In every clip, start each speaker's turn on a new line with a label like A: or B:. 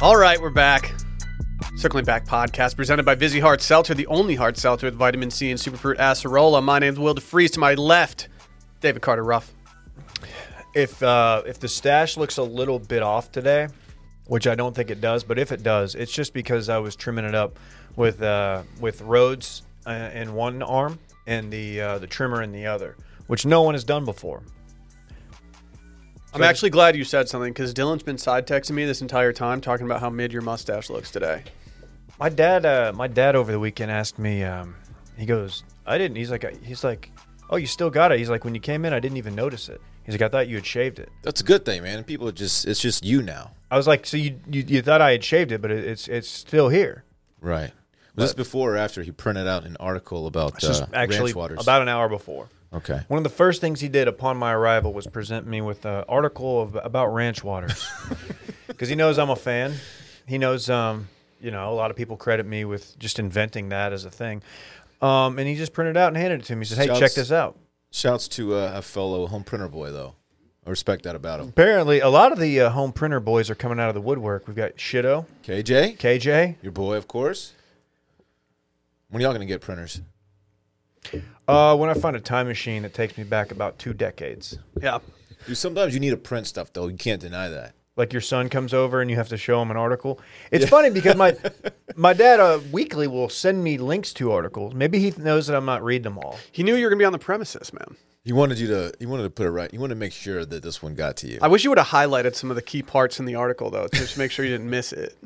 A: All right, we're back. Circling Back podcast presented by Vizzy Heart Seltzer, the only hard seltzer with vitamin C and superfruit acerola. My name's Will DeFreeze. To my left, David Carter Ruff.
B: If uh, if the stash looks a little bit off today, which I don't think it does, but if it does, it's just because I was trimming it up with uh, with Rhodes uh, in one arm and the uh, the trimmer in the other, which no one has done before.
A: I'm actually glad you said something because Dylan's been side texting me this entire time talking about how mid your mustache looks today.
B: My dad, uh, my dad over the weekend asked me. Um, he goes, "I didn't." He's like, I- "He's like, oh, you still got it." He's like, "When you came in, I didn't even notice it." He's like, "I thought you had shaved it."
C: That's a good thing, man. People just it's just you now.
B: I was like, "So you you, you thought I had shaved it, but it, it's it's still here."
C: Right. Was this before or after he printed out an article about
B: It's just
C: uh,
B: actually
C: ranch waters?
B: about an hour before.
C: okay.
B: One of the first things he did upon my arrival was present me with an article of, about ranch waters, because he knows I'm a fan. He knows, um, you know, a lot of people credit me with just inventing that as a thing. Um, and he just printed it out and handed it to me. He says, "Hey, check
C: Shouts-
B: this out."
C: Shouts to uh, a fellow home printer boy though. I respect that about him.
B: Apparently, a lot of the uh, home printer boys are coming out of the woodwork. We've got Shido,
C: KJ,
B: KJ.
C: your boy, of course. When are y'all gonna get printers?
B: Uh, when I find a time machine that takes me back about two decades,
A: Yeah.
C: Dude, sometimes you need to print stuff though. You can't deny that.
B: like your son comes over and you have to show him an article. It's funny because my my dad uh, weekly will send me links to articles. Maybe he knows that I'm not reading them all.
A: He knew you were going to be on the premises, man.
C: He wanted you to. He wanted to put it right. He wanted to make sure that this one got to you.
A: I wish you would have highlighted some of the key parts in the article, though, to just make sure you didn't miss it.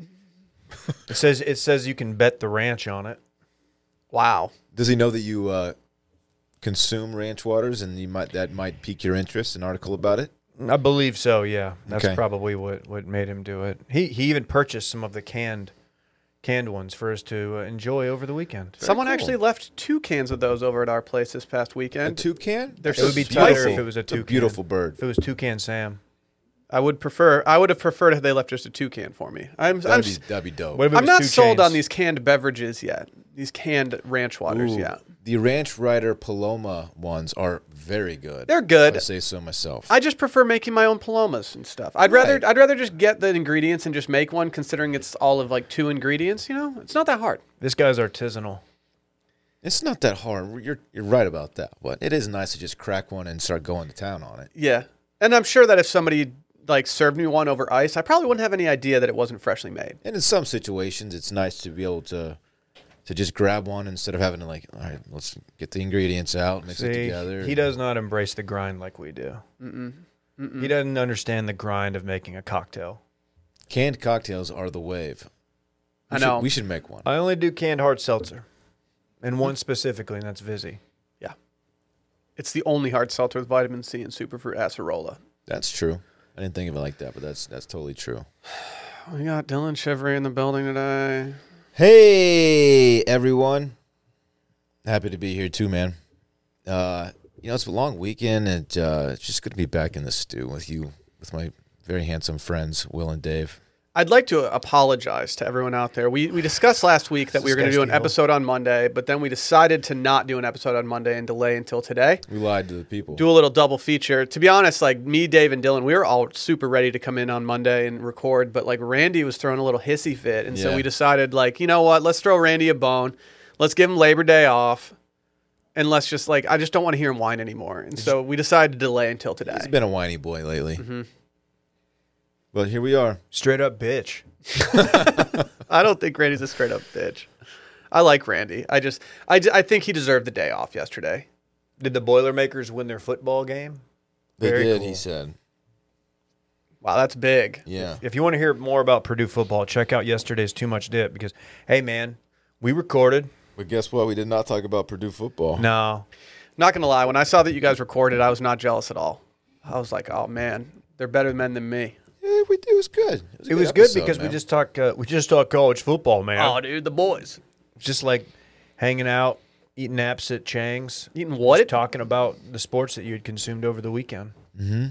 B: It says it says you can bet the ranch on it.
A: Wow.
C: Does he know that you uh, consume ranch waters and you might that might pique your interest? An article about it.
B: I believe so. Yeah, that's
C: Okay.
B: probably what what made him do it. He he even purchased some of the canned canned ones for us to uh, enjoy over the weekend.
A: Someone
C: cool.
A: actually left two cans of those over at our place this past
C: A
A: weekend.
C: toucan?
A: They're
C: That's
A: so
B: It would be
C: beautiful.
B: tighter if it was a
C: It's
B: toucan.
C: beautiful bird.
B: If it was Toucan Sam,
A: I would prefer. I would have preferred if they left just a two can for me. I'm. I'm,
C: That'd be, that'd be dope.
B: What if it
A: I'm
B: was
A: not
B: two
A: sold
B: chains?
A: on these canned beverages yet. These canned ranch waters
C: Ooh,
A: yet.
C: The Ranch Rider Paloma ones are very good.
A: They're good.
C: I say so myself.
A: I just prefer making my own palomas and stuff. I'd rather
C: Right.
A: I'd rather just get the ingredients and just make one. Considering it's all of like two ingredients, you know, it's not that hard.
B: this guy's artisanal.
C: it's not that hard. You're you're right about that. But it is nice to just crack one and start going to town on it.
A: Yeah, and I'm sure that if somebody like served me one over ice, I probably wouldn't have any idea that it wasn't freshly made.
C: And in some situations, it's nice to be able to to just grab one instead of having to like, all right, let's get the ingredients out, mix it
B: See,
C: together.
B: he does not embrace the grind like we do. He doesn't understand the grind of making a cocktail.
C: Canned cocktails are the wave. We
A: I
C: should-
A: know.
C: we should make one.
B: I only do canned hard seltzer, and one specifically, and that's Vizzy.
A: Yeah, it's the only hard seltzer with vitamin C and superfruit acerola.
C: That's true. I didn't think of it like that, but that's that's totally true.
A: We got Dylan Chevrolet in the building today.
C: Hey everyone. Happy to be here too, man. Uh you know, it's a long weekend and uh it's just good to be back in the stew with you with my very handsome friends, Will and Dave.
A: I'd like to apologize to everyone out there. We, we discussed last week that we were going to do an
B: Disgusting.
A: episode on Monday, but then we decided to not do an episode on Monday and delay until today.
C: We lied to the people.
A: Do a little double feature. To be honest, like me, Dave, and Dylan, we were all super ready to come in on Monday and record, but like Randy was throwing a little hissy fit. And so
C: Yeah.
A: we decided, like, you know what? Let's throw Randy a bone. Let's give him Labor Day off. And let's just, like, I just don't want to hear him whine anymore. And so we decided to delay until today.
C: He's been a whiny boy lately.
B: Mm-hmm.
C: But here we are.
B: Straight up bitch.
A: I don't think Randy's a straight up bitch. I like Randy. I just, I, d- I think he deserved the day off yesterday.
B: Did the Boilermakers win their football game?
C: They
B: Very
C: did,
B: cool.
C: he said.
A: Wow, that's big.
C: Yeah.
B: If you want to hear more about Purdue football, check out yesterday's Too Much Dip because, hey, man, we recorded.
C: But guess what? We did not talk about Purdue football.
B: No,
A: Not gonna lie, when I saw that you guys recorded, I was not jealous at all. I was like, oh man, they're better men than me.
C: Yeah, we, it was good. a
B: it was good
C: episode,
B: because we
C: man.
B: just talk. Uh, we just talk college football, man.
A: Oh, dude, the boys
B: Just like hanging out, eating naps at Chang's,
A: eating
B: just
A: what?
B: talking about the sports that you had consumed over the weekend. Mm-hmm.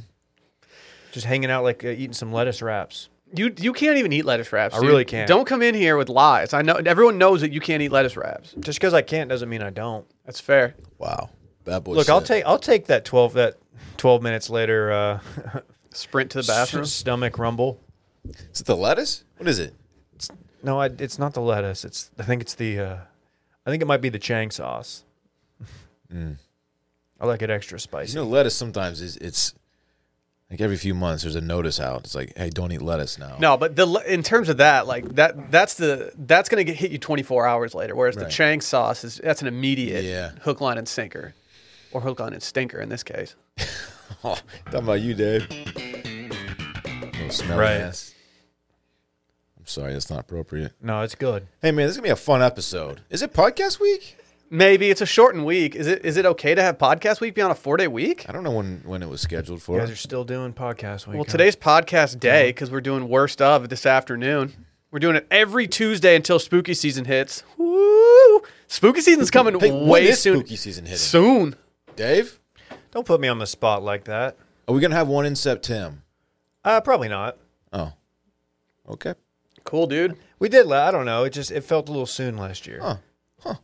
B: Just hanging out, like uh, eating some lettuce wraps.
A: You you can't even eat lettuce wraps.
B: I
A: dude.
B: really can't.
A: Don't come in here with lies. I know everyone knows that you can't eat lettuce wraps.
B: Just because I can't doesn't mean I don't.
A: That's fair.
C: wow. Bad boy.
B: Look, I'll
C: shit.
B: take I'll take that twelve that twelve minutes later uh,
A: Sprint to the bathroom.
B: stomach rumble.
C: Is it the lettuce? What is it?
B: No, I, it's not the lettuce. It's I think it's the uh, I think it might be the Chang sauce. I like it extra
C: You
B: spicy.
C: know, lettuce sometimes is it's like every few months there's a notice out. It's like, hey, don't eat lettuce now.
A: No, but the le- in terms of that, like that, that's the that's gonna get hit you 24 hours later. Whereas the
C: Right.
A: Chang sauce is that's an immediate
C: Yeah.
A: hook, line, and sinker, or hook, line, and stinker in this case.
C: Oh, talking about you, Dave. Little smelly
B: Right.
C: ass. I'm sorry, that's not appropriate.
B: No, it's good.
C: Hey man, this is gonna be a fun episode. Is it podcast week?
A: Maybe it's a shortened week. Is it is it okay to have podcast week be on a four day week?
C: I don't know when when it was scheduled
B: You
C: for.
B: guys are still doing podcast week.
A: Well,
B: huh?
A: today's podcast day because we're doing worst of this afternoon. We're doing it every Tuesday until spooky season hits. Woo! Spooky season's coming
C: Hey, when
A: way
C: is
A: soon.
C: spooky season hitting?
A: Soon.
C: Dave,
B: don't put me on the spot like that.
C: are we gonna have one in September?
B: Uh, probably not.
C: Oh, okay.
A: Cool, dude.
B: We did. La- I don't know. It just it felt a little soon last year.
C: Huh. Huh.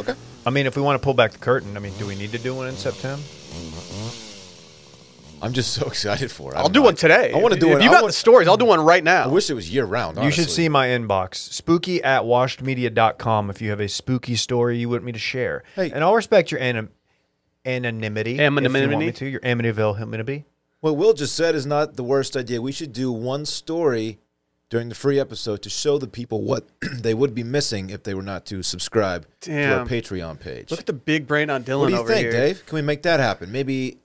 C: Okay.
B: I mean, if we want to pull back the curtain, I mean, do we need to do one in September?
C: I'm just so excited for it. I
A: I'll
C: don't
A: do
C: know.
A: one today.
C: I want to
A: If-
C: do
A: if
C: it.
A: you
C: I
A: got
C: want-
A: the stories, I'll do one right now.
C: I wish it was year round.
B: You should see my inbox, spooky at washedmedia.com, if you have a spooky story you want me to share.
C: Hey.
B: And I'll respect your anim- anonymity. If you want
A: Anonymity.
B: me to, your anonymity.
C: What Will just said is not the worst idea. We should do one story during the free episode to show the people what they would be missing if they were not to subscribe to our
A: Damn.
C: Patreon page.
A: Look at the big brain on Dylan
C: what do you
A: over
C: think,
A: here.
C: Dave? Can we make that happen? Maybe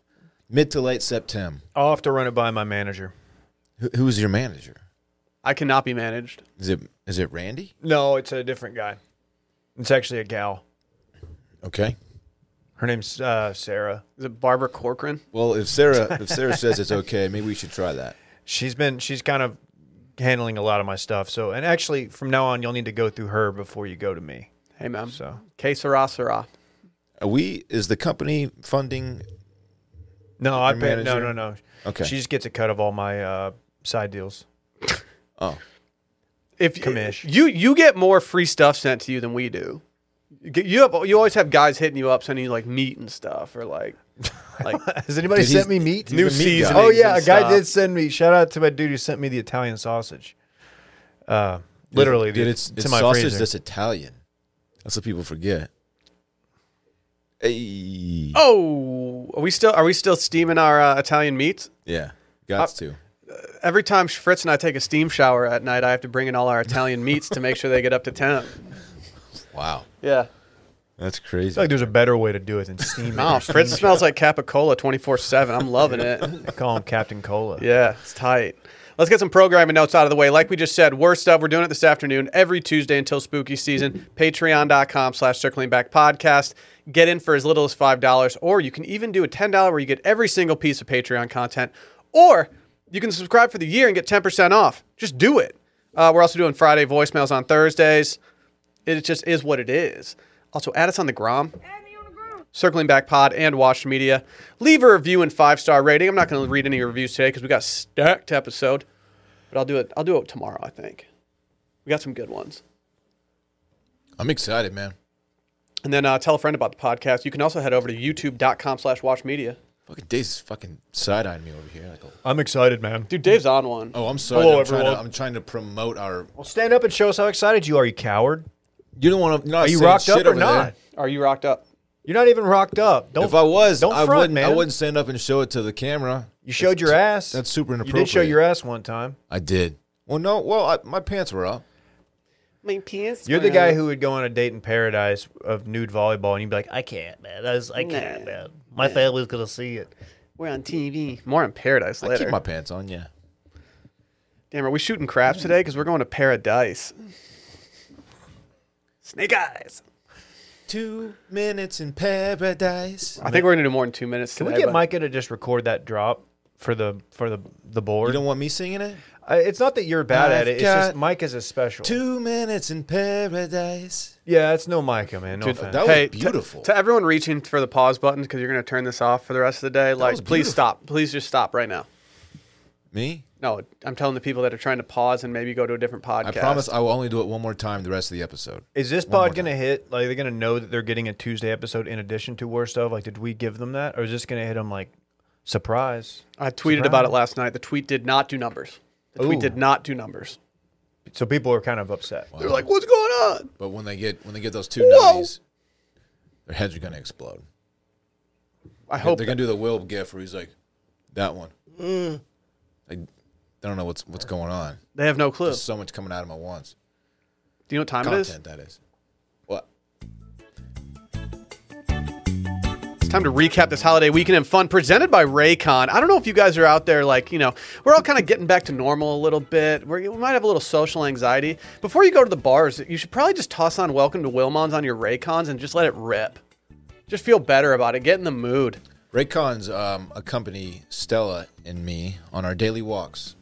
C: mid to late September.
B: I'll have to run it by my manager.
C: Who, who's your manager?
A: I cannot be managed.
C: Is it is it Randy?
B: No, it's a different guy. It's actually a gal.
C: Okay.
B: Her name's uh, Sarah.
A: Is it Barbara Corcoran?
C: Well, if Sarah if Sarah says it's okay, maybe we should try that.
B: She's been, she's kind of handling a lot of my stuff. So, and actually, from now on, you'll need to go through her before you go to me.
A: Hey, man.
B: So,
A: Que sera, sera.
C: Are we is the company funding?
B: no, I pay, no,
C: manager?
B: no, no.
C: Okay.
B: She just gets a cut of all my uh, side deals.
C: oh,
A: If
B: Commish.
A: you you get more free stuff sent to you than we do. You get- You have you always have guys hitting you up sending you like meat and stuff or like like
B: Has anybody
C: Dude,
B: sent me
C: he's-
B: meat?
C: he's a meat guy.
A: seasonings
B: Oh yeah, a
A: and
B: guy
A: stuff.
B: did send me. Shout out to my dude who sent me the Italian sausage. Uh, literally,
C: dude,
B: the-
C: it's,
B: to
C: it's
B: my
C: sausage
B: freezer.
C: that's Italian. That's what people forget. Hey.
A: Oh, are we still are we still steaming our uh, Italian meats?
C: Yeah, Uh, got to.
A: Every time Fritz and I take a steam shower at night, I have to bring in all our Italian meats to make sure they get up to temp.
C: Wow,
A: Yeah.
C: that's
B: I feel
C: crazy.
B: like there's a better way to do it than steam.
A: Oh,
B: it.
A: Fritz smells like Capicola 24/7. I'm loving it.
B: I call him Captain Cola.
A: Yeah, it's tight. Let's get some programming notes out of the way. Like we just said, worst of, we're doing it this afternoon every Tuesday until spooky season. Patreon.com slash circling back podcast. Get in for as little as $5, or you can even do a $10 where you get every single piece of Patreon content, or you can subscribe for the year and get 10% off. Just do it. Uh, we're also doing Friday voicemails on Thursdays. It just is what it is. Also, add us on the Grom. Circling Back Pod and Watch Media. Leave a review and five star rating. I'm not going to read any reviews today because we got a stacked episode, but I'll do it. I'll do it tomorrow. I think we got some good ones.
C: I'm excited, man.
A: And then uh, tell a friend about the podcast. You can also head over to YouTube.com/slash Watch Media.
C: Fucking Dave's fucking side eyeing me over here. Like,
B: I'm excited, man.
A: Dude, Dave's on one.
C: oh, I'm sorry.
B: Hello,
C: I'm, trying to,
B: everyone.
C: I'm trying to promote our.
B: Well, stand up and show us how excited you are. You coward.
C: You don't want to.
B: Are you rocked up or not?
A: Are you rocked up?
B: You're not even rocked up. Don't.
C: If I was,
B: don't
C: I
B: front,
C: wouldn't.
B: man.
C: I wouldn't stand up and show it to the camera.
B: You showed your ass.
C: That's super
B: You
C: inappropriate.
B: did show your ass one time.
C: I did. Well, no. Well, I, my pants were up.
A: My pants.
B: You're the guy who would go on a date in paradise of nude volleyball, and you'd be like,
D: I can't, man. I, was, I can't, man. My family's gonna see it.
A: we're on TV. More in paradise
C: I
A: later.
C: keep my pants on. Yeah.
A: Damn, are we shooting craps today? Because we're going to paradise. Snake eyes.
C: Two minutes in paradise.
A: I think we're gonna do more than two minutes.
B: Can we
A: today,
B: get
A: but-
B: Micah to just record that drop for the for the the board?
C: You don't want me singing it.
B: I- it's not that you're bad at
C: I've
B: it. It's just
C: got
B: Micah's a special.
C: Two minutes in paradise.
B: Yeah, it's no Micah, man. No
A: Dude,
B: offense.
C: That was
A: Hey, t-
C: beautiful.
A: To everyone reaching for the pause button because you're going to turn this off for the rest of the day,
C: was
A: like please
C: beautiful.
A: stop. Please just stop right now.
C: me.
A: No, I'm telling the people that are trying to pause and maybe go to a different podcast.
C: I promise I will only do it one more time the rest of the episode.
B: Is this
C: more
B: pod gonna hit? Like they're gonna know that they're getting a Tuesday episode in addition to worst of. Like, did we give them that, or is this gonna hit them like surprise?
A: I tweeted about it last night. The tweet did not do numbers. The tweet
B: Ooh.
A: did not do numbers.
B: So people are kind of upset.
A: They're like, "What's going on?"
C: But when they get when they get those two
A: Whoa.
C: nutties, their heads are gonna explode.
A: I hope
C: they're gonna do the Will gif where he's like, that one.
A: Mm.
C: I, I don't know what's what's going on.
A: they have no clue.
C: There's so much coming out of him at once.
A: do you know what time it is?
C: Content that is. What?
A: It's time to recap this holiday weekend and fun presented by Raycon. I don't know if you guys are out there, like, you know, we're all kind of getting back to normal a little bit. We're, we might have a little social anxiety. Before you go to the bars, you should probably just toss on Welcome to Wilmons on your Raycons and just let it rip. Just feel better about it. Get in the mood.
C: Raycons um, accompany Stella and me on our daily walks.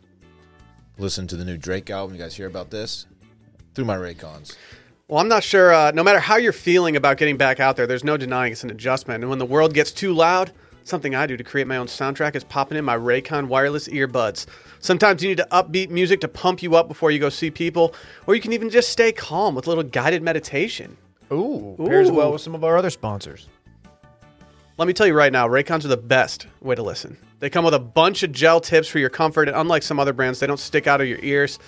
C: Listen to the new Drake album. You guys hear about this? Through my Raycons.
A: Well, I'm not sure. Uh, no matter how you're feeling about getting back out there, there's no denying it's an adjustment. And when the world gets too loud, something I do to create my own soundtrack is popping in my Raycon wireless earbuds. Sometimes you need to upbeat music to pump you up before you go see people, or you can even just stay calm with a little guided meditation.
B: Ooh, pairs
A: Ooh.
B: well with some of our other sponsors.
A: Let me tell you right now, Raycons are the best way to listen. They come with a bunch of gel tips for your comfort, and unlike some other brands, they don't stick out of your ears.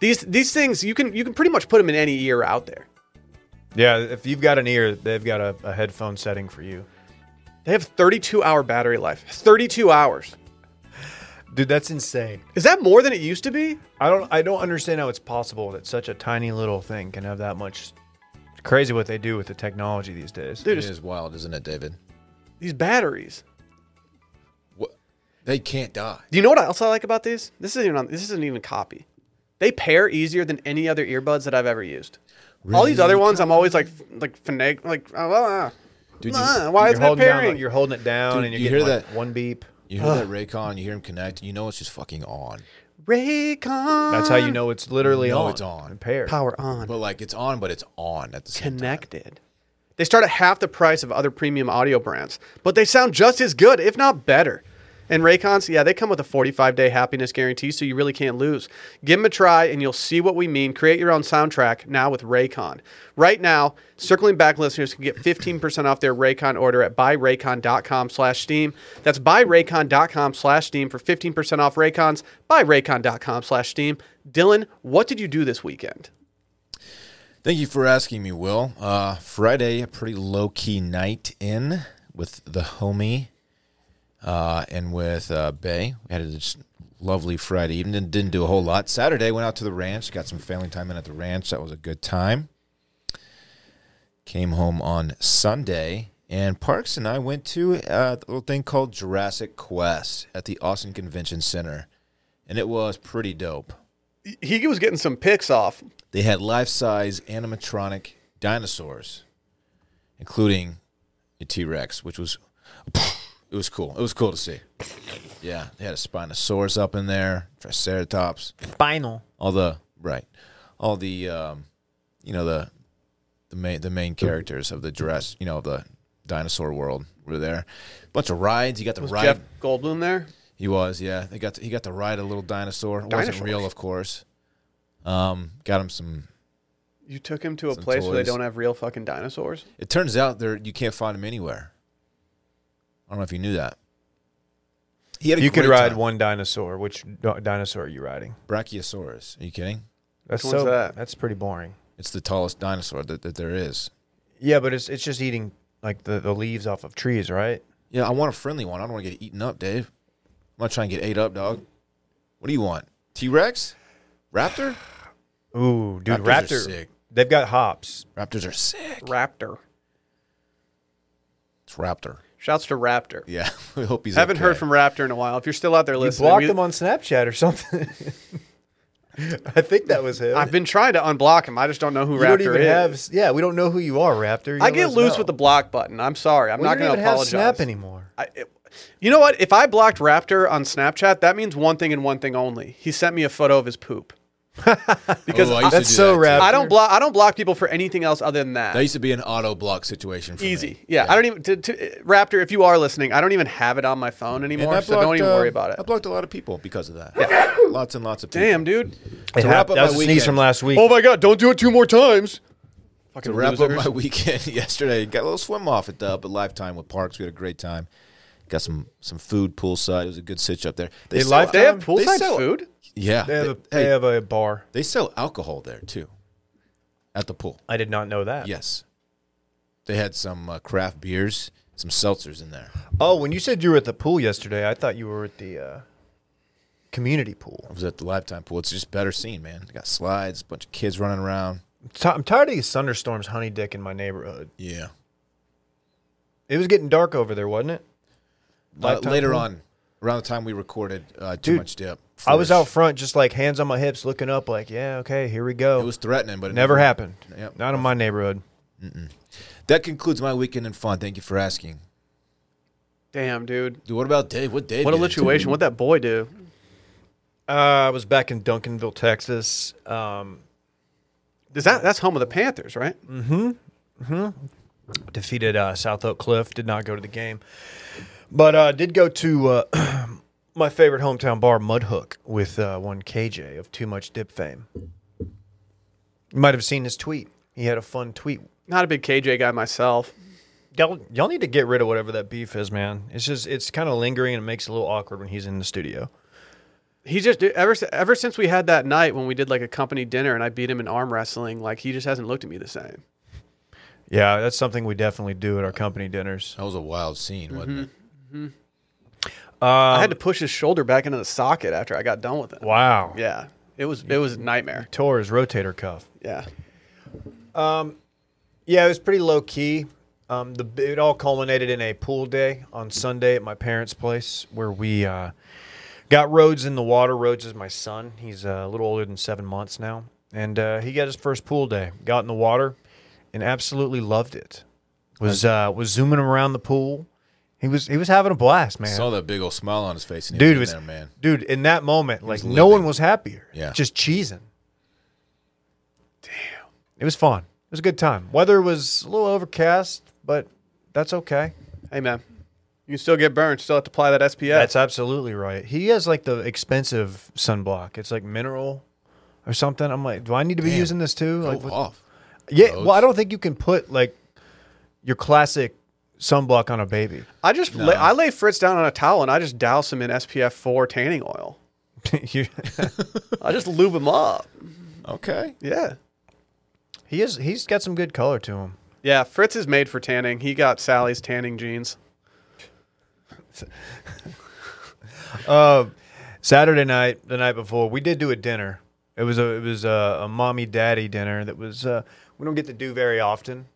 A: These these things you can you can pretty much put them in any ear out there.
B: Yeah, if you've got an ear, they've got a, a headphone setting for you.
A: They have 32 hour battery life. 32 hours.
B: Dude, that's insane.
A: Is that more than it used to be?
B: I don't I don't understand how it's possible that such a tiny little thing can have that much it's crazy what they do with the technology these days.
A: Dude,
C: It
A: it's-
C: is wild, isn't it, David?
A: these batteries.
C: What? They can't die.
A: Do you know what else I like about these? This isn't even on, this isn't even copy. They pair easier than any other earbuds that I've ever used. All these other ones, I'm always like f- like finag like uh, uh,
C: Dude, you-
A: uh, why
B: you're
A: isn't that
B: holding, down,
A: pairing?
B: you're holding it down
C: Dude,
B: and you're
C: you
B: getting
C: hear
B: like
C: that?
B: one beep.
C: You hear that Raycon, you hear him connect, you know it's just fucking on.
A: Raycon.
B: That's how you know it's literally
C: know
B: on.
C: it's on.
B: Paired.
A: power on.
C: But like it's on, but it's on at the same time.
A: Connected. They start at half the price of other premium audio brands, but they sound just as good, if not better. And Raycons, yeah, they come with a 45 day happiness guarantee, so you really can't lose. Give them a try and you'll see what we mean. Create your own soundtrack now with Raycon. Right now, circling back listeners can get 15% off their Raycon order at buyraycon.com slash steam. That's buyraycon.com slash steam for 15% off Raycons, buyraycon.com slash steam. Dylan, what did you do this weekend?
C: Thank you for asking me, Will. Uh, Friday, a pretty low key night in with the homie uh, and with uh, Bay. We had a just lovely Friday evening. Didn't, didn't do a whole lot. Saturday, went out to the ranch. Got some family time in at the ranch. That was a good time. Came home on Sunday, and Parks and I went to uh, a little thing called Jurassic Quest at the Austin Convention Center, and it was pretty dope.
A: He was getting some picks off.
C: They had life size animatronic dinosaurs, including a T Rex, which was it was cool. It was cool to see. Yeah, they had a Spinosaurus up in there, Triceratops,
D: Spinal.
C: all the right, all the um, you know the the main the main characters of the Jurassic, you know the dinosaur world were there. Bunch of rides. You got the ride.
A: Jeff Goldblum there.
C: He was, yeah. They got to, he got to ride a little dinosaur. It wasn't
A: Dinosaurs.
C: real, of course. Um, got him some
A: You took him to a place where they
C: toys.
A: don't have real fucking dinosaurs.
C: It turns out there you can't find him anywhere. I don't know if you knew that. He had
B: You could
C: great
B: ride
C: time.
B: one dinosaur. Which do- dinosaur are you riding?
C: Brachiosaurus. Are you kidding?
B: That's
A: Which one's
B: so
A: that?
B: that's pretty boring.
C: It's the tallest dinosaur that, that there is.
B: Yeah, but it's it's just eating like the, the leaves off of trees, right?
C: Yeah, I want a friendly one. I don't want to get eaten up, Dave. I'm not trying to get ate up, dog. What do you want? T Rex? Raptor?
B: Ooh, dude,
C: Raptors are
B: raptor.
C: sick.
B: They've got hops.
C: Raptors are sick.
A: Raptor.
C: It's Raptor.
A: Shouts to Raptor.
C: Yeah, we hope he's.
A: Haven't heard
C: okay.
A: from Raptor in a while. If you're still out there
B: You
A: listening,
B: blocked
A: we-
B: him on Snapchat or something. I think that was him.
A: I've been trying to unblock him. I just don't know who
B: you
A: Raptor
B: don't even
A: is.
B: have. Yeah, we don't know who you are, Raptor. You
A: I
B: don't
A: get
B: let us
A: loose
B: know.
A: with the block button. I'm sorry. I'm
B: Well,
A: not
B: you
A: going
B: don't
A: to
B: even
A: apologize.
B: Have Snap anymore.
A: I, it, you know what? If I blocked Raptor on Snapchat, that means one thing and one thing only. He sent me a photo of his poop. because
C: Oh, I used to
B: That's
C: do
B: so
C: that,
B: Raptor.
C: too.
A: I don't block. I don't block people for anything else other than that.
C: That used to be an auto block situation for me.
A: Easy. Yeah, I don't even to, to, Raptor. If you are listening, I don't even have it on my phone
C: And
A: anymore,
C: I
A: so don't
C: blocked,
A: even
C: uh,
A: worry about it.
C: I blocked a lot of people because of that. Yeah. lots and lots of people.
A: Damn, dude.
B: It
C: wrap
B: happened-
C: up
B: that was
C: my
B: a sneeze
C: weekend.
B: from last week.
A: Oh my god, don't do it two more times. Fucking
C: to wrap
A: losers.
C: uh, up my weekend yesterday. Got a little swim off at the up at Lifetime with Parks. We had a great time. Got some some food poolside. It was a good sitch up there.
B: They
C: sell-
B: live-
A: They have
B: They
A: poolside
C: sell-
A: food.
C: Yeah,
B: They have a,
C: hey,
B: they have a bar.
C: they sell alcohol there too, at the pool.
B: I did not know that.
C: Yes, they had some uh, craft beers, some seltzers in there.
B: Oh, when you said you were at the pool yesterday, I thought you were at the uh, community pool.
C: I was at the Lifetime pool. It's just better scene, man. They got slides, a bunch of kids running around.
B: I'm ti- I'm tired of these thunderstorms, honey dick, in my neighborhood.
C: Yeah.
B: It was getting dark over there, wasn't it?
C: Uh,
B: Lifetime
C: later
B: pool?
C: on, around the time we recorded uh, Too
B: Dude,
C: Much Dip,
B: I was out
C: Flourish,
B: front, just like hands on my hips, looking up, like, yeah, okay, here we go.
C: It was threatening, but it
B: Never happened.
C: Yep.
B: Not in my neighborhood.
C: That concludes my weekend in fun. Thank you for asking.
A: Damn, dude.
C: Dude, what about Dave? What Dave?
A: What a
C: get into?
A: lituation. What'd that boy do?
B: Uh, I was back in Duncanville, Texas. Um,
A: Is that that's home of the Panthers, right?
B: defeated uh, South Oak Cliff. Did not go to the game, but uh, did go to uh, my favorite hometown bar, Mudhook, with uh, one KJ of Too Much Dip fame. You might have seen his tweet. He had a fun tweet.
A: Not a big KJ guy myself.
B: Y'all, y'all need to get rid of whatever that beef is, man. It's just it's kind of lingering and it makes it a little awkward when he's in the studio.
A: He just dude, ever si- ever since we had that night when we did like a company dinner and I beat him in arm wrestling, like he just hasn't looked at me the same.
B: Yeah, that's something we definitely do at our company dinners.
C: That was a wild scene,
B: Mm-hmm.
C: wasn't it?
B: Uh,
A: I had to push his shoulder back into the socket after I got done with it.
B: Wow.
A: Yeah, it was it was a nightmare.
B: Tore his rotator cuff.
A: Yeah,
B: Yeah, it was pretty low key. Um, the it all culminated in a pool day on Sunday at my parents' place where we uh, got Rhodes in the water. Rhodes is my son. He's uh, a little older than seven months now, and uh, he got his first pool day. Got in the water and absolutely loved it. Was uh, was zooming around the pool. He was he was having a blast, man.
C: Saw that big old smile on his face, and he
B: dude
C: was
B: was
C: in there, man.
B: dude in that moment like
C: was
B: no one
C: living.
B: was happier.
C: Yeah.
B: just cheesing. Damn, it was fun. It was a good time. Weather was a little overcast, but that's okay.
A: hey man, you can still get burned. Still have to apply that SPF.
B: That's absolutely right. He has like the expensive sunblock. It's like mineral or something. I'm like, do I need to be
C: Damn.
B: using this too?
C: Go
B: Like, what-
C: off.
B: yeah. Well, I
C: Rhodes.
B: don't think you can put like your classic sunblock on a baby.
A: I just lay, I lay Fritz down on a towel and I just douse him in SPF four tanning oil.
B: You-
A: I just lube him up.
C: Okay.
A: Yeah,
B: he is. He's got some good color to him.
A: yeah. Fritz is made for tanning. He got Sally's tanning jeans.
B: Uh, Saturday night, the night before, we did do a dinner. It was a it was a, a mommy daddy dinner that was uh, we don't get to do very often.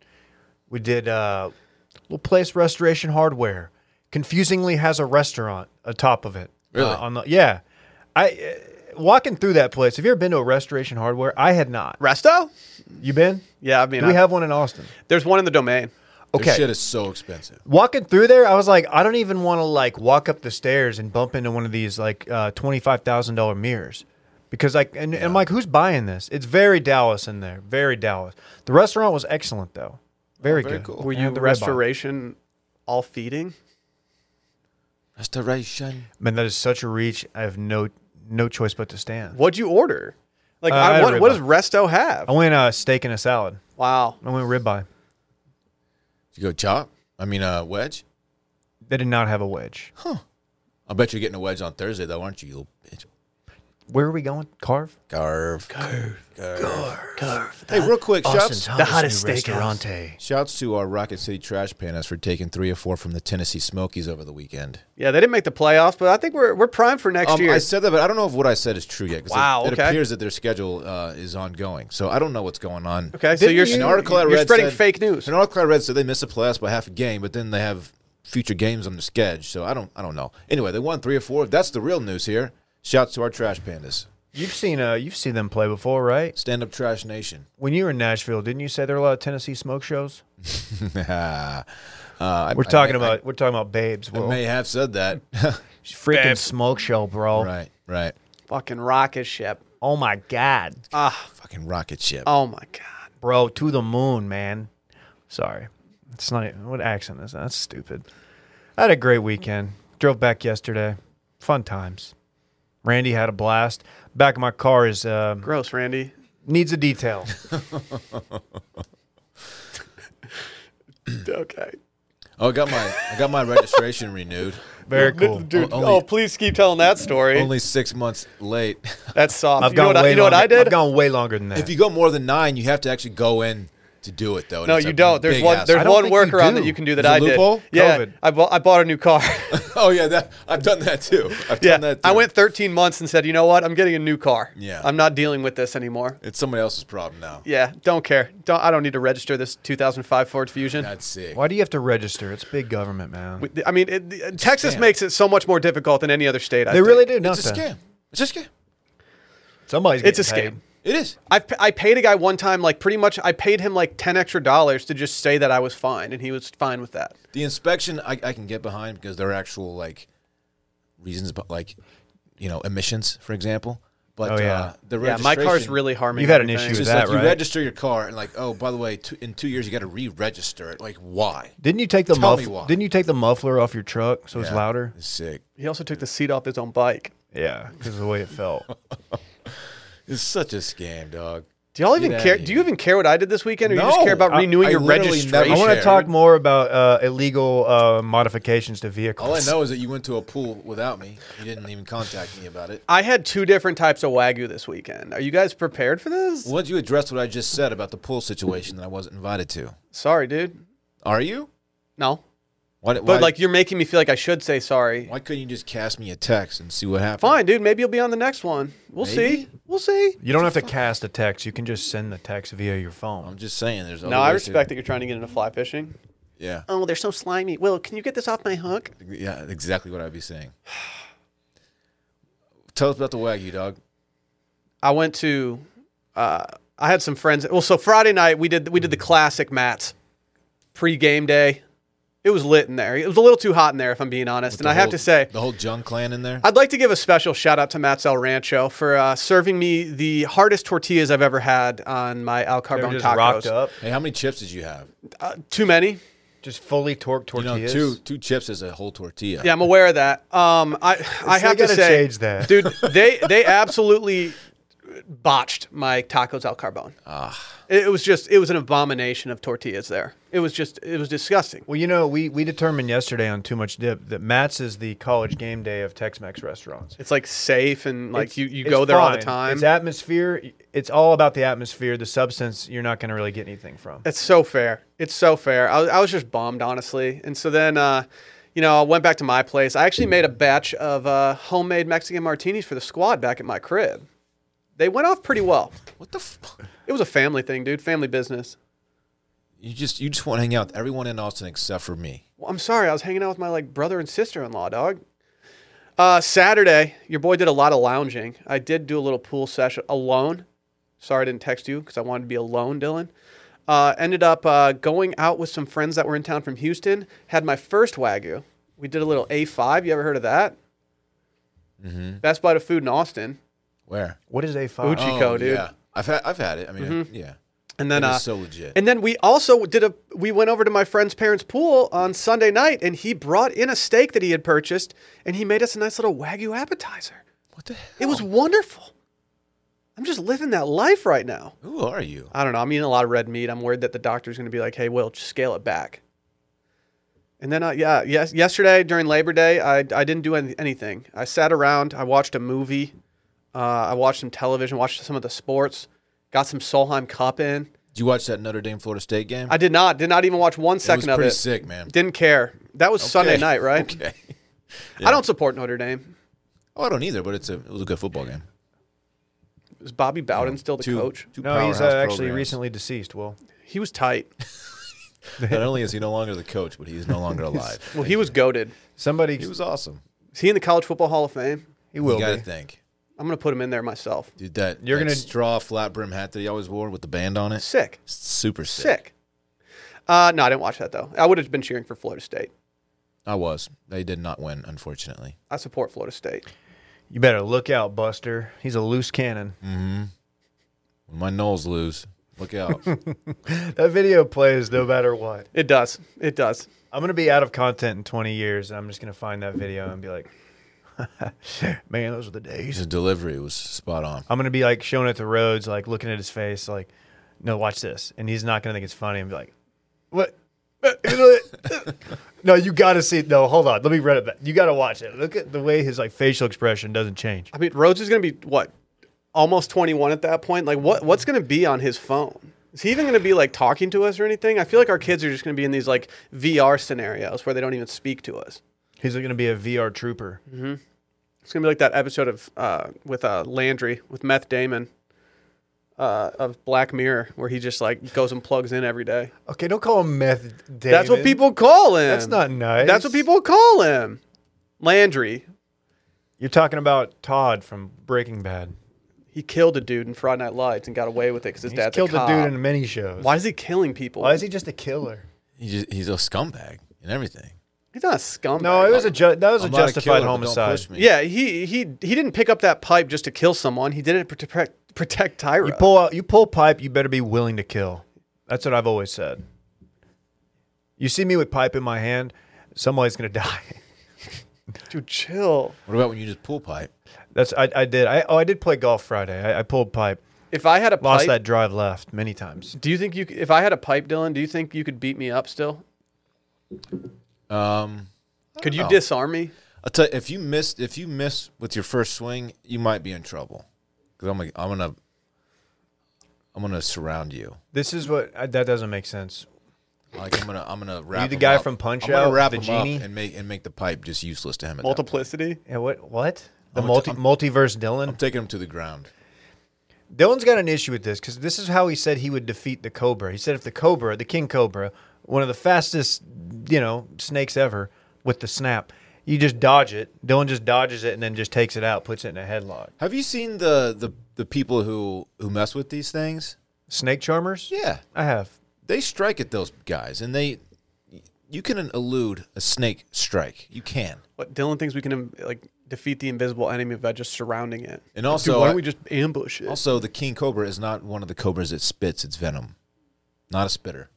B: We did uh, little place restoration hardware. Confusingly has a restaurant atop of it.
C: Really?
B: Uh, on the, yeah, I uh, walking through that place. Have you ever been to a restoration hardware? I had not.
A: Resto?
B: You been?
A: Yeah, I mean,
B: Do we
A: I-
B: have one in Austin?
A: there's one in the domain.
C: This
B: Okay.
C: shit is so expensive.
B: walking through there, I was like, I don't even want to like walk up the stairs and bump into one of these like uh, twenty five thousand dollar mirrors because like, and, and I'm like, who's buying this? It's very Dallas in there, very Dallas. The restaurant was excellent though, very,
C: very
B: good.
C: cool.
A: Were
B: Oh, And
A: you
B: the ribeye.
A: restoration all feeding?
C: Restoration.
B: Man, that is such a reach. I have no no choice but to stand.
A: What'd you order? Like,
B: Uh, I
A: I,
B: had a
A: what, what
B: ribeye.
A: does Resto have?
B: I went uh, steak and a salad.
A: Wow.
B: I went ribeye.
C: Did you go chop? I mean, uh, wedge.
B: They did not have a wedge.
C: I bet you're getting a wedge on Thursday, though, aren't you, you little bitch?
B: Where are we going? Carve.
C: Garv. Garv. Garv. Hey, real quick, shouts,
D: the hottest restaurante.
C: shouts to our Rocket City Trash Pandas for taking three or four from the Tennessee Smokies over the weekend.
A: Yeah, they didn't make the playoffs, but I think we're we're primed for next
C: Um,
A: year.
C: I said that, but I don't know if what I said is true yet. 'cause it-
A: Wow,
C: It,
A: okay.
C: appears that their schedule uh, is ongoing, so I don't know what's going on.
A: okay, so you're
C: an article I
A: you're
C: read
A: spreading
C: said-
A: fake news.
C: An article I read said they missed the playoffs by half a game, but then they have future games on the schedule. So I don't, I don't know. Anyway, they won three or four. That's the real news here. Shouts to our trash pandas,
B: You've seen uh, you've seen them play before, right?
C: stand up trash nation.
B: When you were in Nashville, didn't you say there were a lot of Tennessee smoke shows?
C: uh, I-
B: We're
C: I
B: talking
C: may-
B: about we're talking about babes.
C: I
B: Well,
C: may have said that.
B: freaking smoke show, bro.
C: right, right.
A: Fucking rocket ship.
B: Oh my god,
A: Ah,
C: Fucking rocket ship.
A: oh my god.
B: bro, to the moon, man. Sorry, it's not. even- What accent is that? That's stupid. I had a great weekend. Drove back yesterday. Fun times. Randy had a blast. Back of my car is uh,
A: Gross, Randy.
B: needs a detail.
A: Okay.
C: Oh, I got my, I got my registration renewed.
B: Very cool.
A: Dude,
C: O- only-
A: oh, please keep telling that story.
C: Only six months late.
A: That's soft.
B: I've
A: you know
B: gone
A: what, I,
B: way
A: you know what
B: longer-
A: I did?
B: I've gone way longer than that.
C: if you go more than nine, you have to actually go in to do it, though. and
A: no,
C: it's
A: you
C: a
A: don't. There's
C: big
A: one.
C: ass-
B: I
A: There's
B: don't
A: one
B: think you
A: workaround that
B: do.
A: you can do that
C: There's a
A: I did.
C: loophole?
A: Yeah,
B: COVID.
A: I bought, I bought a new car.
C: oh yeah, that, I've done that too. I've
A: yeah,
C: done that. Too.
A: I went 13 months and said, you know what? I'm getting a new car.
C: Yeah.
A: I'm not dealing with this anymore.
C: It's somebody else's problem now.
A: Yeah, don't care. Don't. I don't need to register this 2005 Ford Fusion.
C: That's sick.
B: Why do you have to register? It's big government, man.
A: We- I mean, it, the- Texas
C: scam.
A: makes it so much more difficult than any other state. I
B: they
A: think.
B: really do nothing.
C: It's a scam. It's a scam.
B: Somebody's
A: It's a
B: getting
A: scam.
B: paid.
C: It is.
A: I've, p- I paid a guy one time, like pretty much, I paid him like 10 extra dollars to just say that I was fine, and he was fine with that.
C: The inspection I, I can get behind because there are actual like reasons, but like you know emissions, for example. But
B: Oh, yeah.
C: uh, the
A: Yeah, my car's
C: registration-
A: really harming.
B: You've had an
A: everything.
B: issue
C: It's
B: with
C: just like
B: that,
C: you
B: right?
C: register your car and like, oh, by the way, two, in two years you got to re-register it. Like, why?
B: Didn't you take the
C: Tell me why.
B: muffler? Didn't you take the muffler off your truck so it's
C: Yeah.
B: louder?
C: It's sick.
A: He also took the seat off his own bike.
B: Yeah, because of the way it felt.
C: It's such a scam, dog.
A: Do y'all even
C: outta
A: care?
C: here.
A: Do you even care what I did this weekend, or you just
C: No,
A: care about
C: I-
A: renewing
C: I
A: your
C: literally never-
A: registration?
B: I want to
C: Sharon.
B: talk more about uh, illegal uh, modifications to vehicles.
C: All Oh, I know is that you went to a pool without me. You didn't even contact me about it.
A: I had two different types of wagyu this weekend. Are you guys prepared for this?
C: Once you address what I just said about the pool situation that I wasn't invited to,
A: Sorry, dude.
C: are you?
A: No,
C: Why,
A: but
C: why,
A: like you're making me feel like I should say sorry.
C: why couldn't you just cast me a text and see what happened?
A: Fine, dude. Maybe you'll be on the next one. We'll see.
C: Maybe.
A: We'll see.
B: You don't have to cast a text. You can just send the text via your
C: I'm
B: phone.
C: just saying. There's
A: No, I respect that you're trying to get into fly fishing.
C: it. Yeah,
A: Oh, they're so slimy. Will, can you get this off my hook?
C: yeah, that's exactly what I'd be saying. Tell us about the wagyu, dog.
A: I went to. Uh, I had some friends. Well, so Friday night we did we did the classic mats pre game day. It was lit in there. It was a little too hot in there, if I'm being honest. and
C: The
A: I have
C: whole-
A: to say,
C: the whole Jung clan in there.
A: I'd like to give a special shout out to Matt's El Rancho for uh, serving me the hardest tortillas I've ever had on my al
B: They're
A: carbon
B: just rocked
A: tacos.
B: up,
C: hey, how many chips did you have?
A: Uh, too many.
B: just fully torqued
C: You know,
B: tortillas.
C: two two chips is a whole tortilla.
A: Yeah, I'm aware of that. Um, I I
B: They
A: have to
B: gotta
A: say,
B: change that.
A: dude, they they absolutely botched my tacos al carbon. It, it was just it was an abomination of tortillas there. It was just it was disgusting.
B: Well, you know, we we determined yesterday on Too Much Dip that Matt's is the college game day of Tex-Mex restaurants.
A: It's like safe and like
B: It's-
A: you you
B: it's
A: go there all the
B: fine.
A: time.
B: It's atmosphere. It's all about the atmosphere. The substance you're not going to really get anything from.
A: It's so fair. It's so fair. I, was- I was just bummed, honestly. And so then, uh, you know, I went back to my place. I actually made a batch of uh, homemade Mexican martinis for the squad back at my crib. They went off pretty well.
C: What the? F-
A: It was a family thing, dude. Family business.
C: you just you just want to hang out with everyone in Austin except for me.
A: Well, I'm sorry. I was hanging out with my like brother and sister-in-law, dog. Uh, Saturday, your boy did a lot of lounging. I did do a little pool session alone. Sorry I didn't text you because I wanted to be alone, Dylan. Uh, ended up uh, going out with some friends that were in town from Houston. Had my first wagyu. We did a little A5. You ever heard of that?
C: Mm-hmm.
A: Best bite of food in Austin.
C: Where?
B: What is a five?
A: Uchi- Chico, dude.
C: Oh,
A: Mm-hmm.
C: Yeah, I've had I've had it. I mean, yeah,
A: And then
C: It is
A: uh,
C: so legit.
A: And then we also did a we went over to my friend's parents' pool on Sunday night and he brought in a steak that he had purchased and he made us a nice little wagyu appetizer.
C: what the hell?
A: It was wonderful. I'm just living that life right now.
C: Who are you?
A: I don't know. I'm eating a lot of red meat. I'm worried that the doctor's going to be like, "Hey, Will, just scale it back." And then, uh, yeah, yes, yesterday during Labor Day, I, I didn't do any, anything. I sat around. I watched a movie. Uh, I watched some television. Watched some of the sports. Got some Solheim Cup in.
C: Did you watch that Notre Dame Florida State game?
A: I did not. Did not even watch one
C: it was
A: second of
C: pretty
A: it.
C: sick, man.
A: Didn't care. That was Sunday
C: Okay.
A: night, right?
C: Okay.
A: I don't support Notre Dame.
C: Oh, I don't either, but it's a it was a good football game.
A: Is Bobby Bowden still the coach?
C: two
B: no, he's uh,
C: powerhouse
B: actually
C: programs.
B: recently deceased. Well,
A: He was tight.
C: Not only is he no longer the coach, but he's no longer alive.
A: Well, he was goaded.
B: somebody
C: he was awesome.
A: Is he in the College Football Hall of Fame?
B: he will
C: you got to
B: be.
C: think,
A: I'm gonna put him in there myself.
C: dude. That
B: You're
C: that
B: gonna-
C: straw flat brim hat that he always wore with the band on it.
A: Sick.
C: Super sick.
A: Sick. Uh, no, I didn't watch that though. I would have been cheering for Florida State.
C: I was. They did not win, unfortunately.
A: I support Florida State.
B: You better look out, Buster. He's a loose cannon.
C: When my Knowles lose, look out.
B: That video plays no matter what.
A: It does. It does.
B: I'm gonna be out of content in 20 years, and I'm just gonna find that video and be like, "Man, those were the days."
C: His delivery was spot on.
B: I'm gonna be like showing it to Rhodes, like looking at his face, like, "No, watch this," and he's not gonna think it's funny, and be like, "What? no, you got to see. No, hold on. Let me read it back. You got to watch it. Look at the way his like facial expression doesn't change.
A: I mean, Rhodes is going to be what, almost 21 at that point. Like, what what's going to be on his phone? Is he even going to be like talking to us or anything? I feel like our kids are just going to be in these like VR scenarios where they don't even speak to us.
B: He's going to be a VR trooper.
A: It's going to be like that episode of uh, with uh, Landry with Meth Damon. Uh, of Black Mirror, where he just like goes and plugs in every day.
B: Okay, don't call him meth. Damon.
A: That's what people call him.
B: That's not nice.
A: That's what people call him. Landry.
B: You're talking about Todd from Breaking Bad.
A: He killed a dude in Friday Night Lights and got away with it because his
B: He's
A: dad's
B: killed
A: a,
B: a,
A: cop.
B: dude in many shows.
A: Why is he killing people?
B: Why is he just a killer?
C: He just, he's a scumbag and everything.
A: He's not a scumbag.
B: No, it was a ju- that was
C: I'm
B: a
C: not killer,
B: justified
C: but don't
B: homicide.
C: push me.
A: Yeah, he he he didn't pick up that pipe just to kill someone. He did it to protect protect Tyra.
B: You pull out, you pull pipe. You better be willing to kill. That's what I've always said. You see me with pipe in my hand, somebody's gonna die.
A: Dude, chill.
C: What about when you just pull pipe?
B: That's I, I did. I oh I did play golf Friday. I, I pulled pipe.
A: If I had a
B: Lost
A: pipe,
B: that drive left many times.
A: do you think you? c- If I had a pipe, Dylan, do you think you could beat me up still?
C: Um,
A: Could you
C: know.
A: disarm me?
C: I'll tell you, if you miss if you miss with your first swing, you might be in trouble. Because I'm like, I'm gonna I'm gonna surround you.
B: This is what I, that doesn't make sense.
C: Like I'm gonna I'm gonna wrap.
B: the
C: him
B: guy
C: up.
B: from Punch
C: I'm gonna
B: Out,
C: wrap
B: the
C: him
B: genie?
C: up and make and make the pipe just useless to him. At Multiple.
A: Multiplicity.
B: Yeah, what what the
C: I'm a-
B: multi
C: I'm-
B: multiverse Dylan?
C: I'm taking him to the ground.
B: Dylan's got an issue with this because this is how he said he would defeat the Cobra. He said if the Cobra, the King Cobra, one of the fastest, you know, snakes ever, with the snap, you just dodge it. Dylan just dodges it and then just takes it out, puts it in a headlock.
C: Have you seen the the the people who who mess with these things?
B: Snake charmers?
C: Yeah,
B: I have.
C: they strike at those guys, and they you can elude a snake strike. You can.
A: What Dylan thinks we can um, like defeat the invisible enemy by just surrounding it.
C: And also,
A: Dude, why
C: I-
A: don't we just ambush it?
C: Also, the king cobra is not one of the cobras that spits its venom. Not a spitter.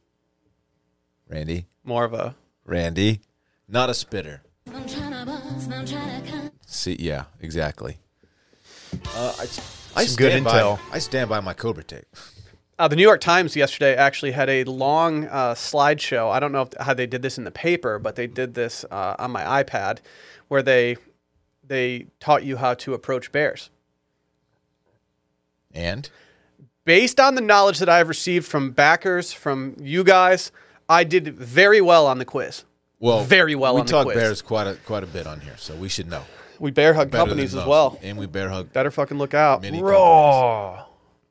C: Randy.
A: More of a
C: Randy. Not a spitter.
E: I'm tryna bust, I'm tryna cut.
C: See, yeah, exactly. Uh, I, I
B: Some good
C: stand by-
B: intel.
C: I stand by my cobra tape.
A: Uh, the New York Times yesterday actually had a long uh, slideshow. I don't know if, how they did this in the paper, but they did this uh, on my iPad, where they they taught you how to approach bears.
C: And
A: Based on the knowledge that I have received from backers, from you guys, I did very well on the quiz.
C: well,
A: Very well
C: We
A: on the
C: talk
A: quiz.
C: bears quite a quite a bit on here, so we should know
A: We bear hug
C: better than
A: companies as
C: most.
A: well.
C: And we bear hug
A: Better fucking look out.
C: many companies.
B: Raw.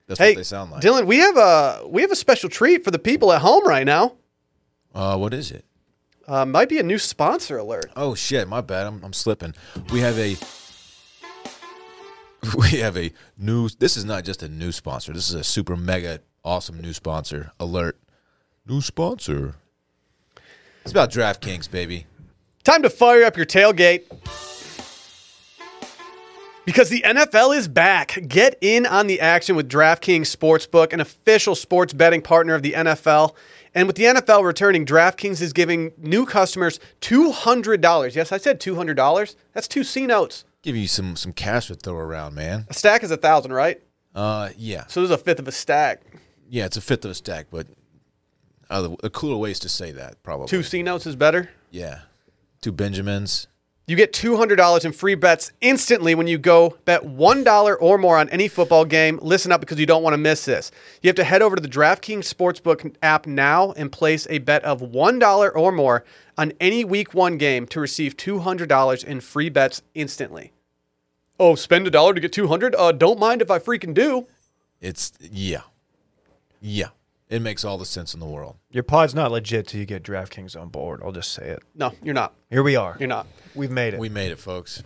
C: That's
A: Hey,
C: what they sound like.
A: Dylan, we have a we have a special treat for the people at home right now.
C: uh, what is it?
A: Uh, might be a new sponsor alert.
C: Oh shit, my bad. I'm, I'm slipping. We have a we have a new this is not just a new sponsor. This is a super mega awesome new sponsor alert. New sponsor. It's about DraftKings, baby.
A: Time to fire up your tailgate. Because the NFL is back. Get in on the action with DraftKings Sportsbook, an official sports betting partner of the NFL. And with the NFL returning, DraftKings is giving new customers $200. Yes, I said $200. That's two C notes.
C: Give you some some cash to throw around, man.
A: A stack is a 1000 right?
C: Uh yeah.
A: So there's a fifth of a stack.
C: Yeah, it's a fifth of a stack, but other the cooler ways to say that probably.
A: Two C notes is better.
C: Yeah. Two Benjamins.
A: You get $200 in free bets instantly when you go bet $1 or more on any football game. Listen up because you don't want to miss this. You have to head over to the DraftKings Sportsbook app now and place a bet of $1 or more on any week one game to receive $200 in free bets instantly. Oh, spend a dollar to get 200? Uh, don't mind if I freaking do.
C: It's yeah. Yeah. It makes all the sense in the world.
B: Your pod's not legit till you get DraftKings on board. I'll just say it.
A: No, you're not.
B: Here we are.
A: You're not.
B: We've made it.
C: We made it, folks.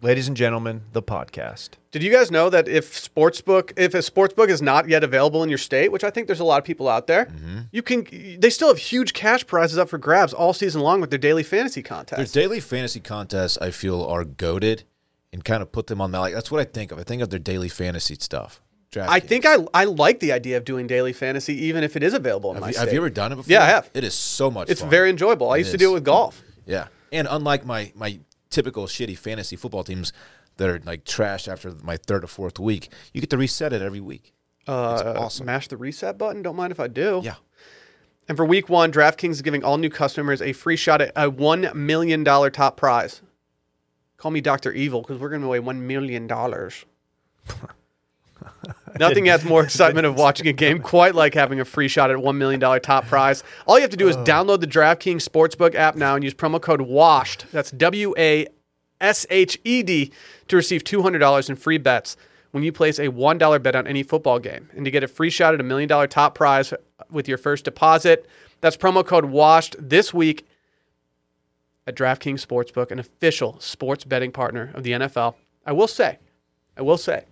B: Ladies and gentlemen, the podcast.
A: Did you guys know that if sportsbook if a sportsbook is not yet available in your state, which I think there's a lot of people out there,
C: Mm-hmm.
A: you can they still have huge cash prizes up for grabs all season long with their daily fantasy
C: Their
A: contest.
C: daily fantasy contests, I feel, are goaded and kind of put them on that. Like that's what I think of. I think of their daily fantasy stuff.
A: I
C: DraftKings.
A: think I I like the idea of doing daily fantasy even if it is available in my
C: Have you,
A: state.
C: have you ever done it before?
A: Yeah, I have.
C: It is so much.
A: it's
C: fun.
A: very enjoyable. I
C: It
A: used to do
C: is.
A: it with golf.
C: Yeah, and unlike my my typical shitty fantasy football teams that are like trash after my third or fourth week, you get to reset it every week.
A: Uh,
C: awesome.
A: Mash the reset button. Don't mind if I do.
C: Yeah,
A: And for week one, DraftKings is giving all new customers a free shot at a $1 million top prize. Call me Dr. Evil because we're giving away $1 million. Nothing adds more excitement of watching a game quite like having a free shot at $1 million top prize. All you have to do is download the DraftKings Sportsbook app now and use promo code WASHED. That's W A S H E D to receive $200 in free bets when you place a $1 bet on any football game. And to get a free shot at a million dollar top prize with your first deposit, that's promo code WASHED this week at DraftKings Sportsbook, an official sports betting partner of the NFL. I will say, I will say,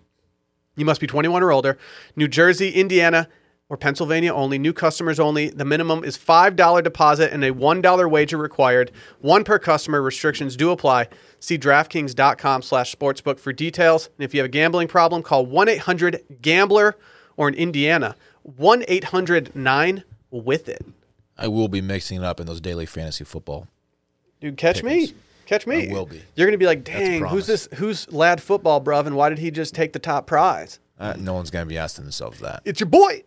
A: you must be 21 or older. New Jersey, Indiana, or Pennsylvania only. New customers only. The minimum is $5 deposit and a $1 wager required. One per customer. Restrictions do apply. See DraftKings.com slash sportsbook for details. And if you have a gambling problem, call 1-800-GAMBLER or in Indiana, 1-800-9-WITH-IT.
C: I will be mixing it up in those daily fantasy football.
A: Dude, catch me.
C: Pickens.
A: Catch me.
C: I will be.
A: You're going to be like, dang, who's
C: promise.
A: this? Who's lad football, bruv? And why did he just take the top prize?
C: Uh, no one's going to be asking themselves that.
A: It's your boy.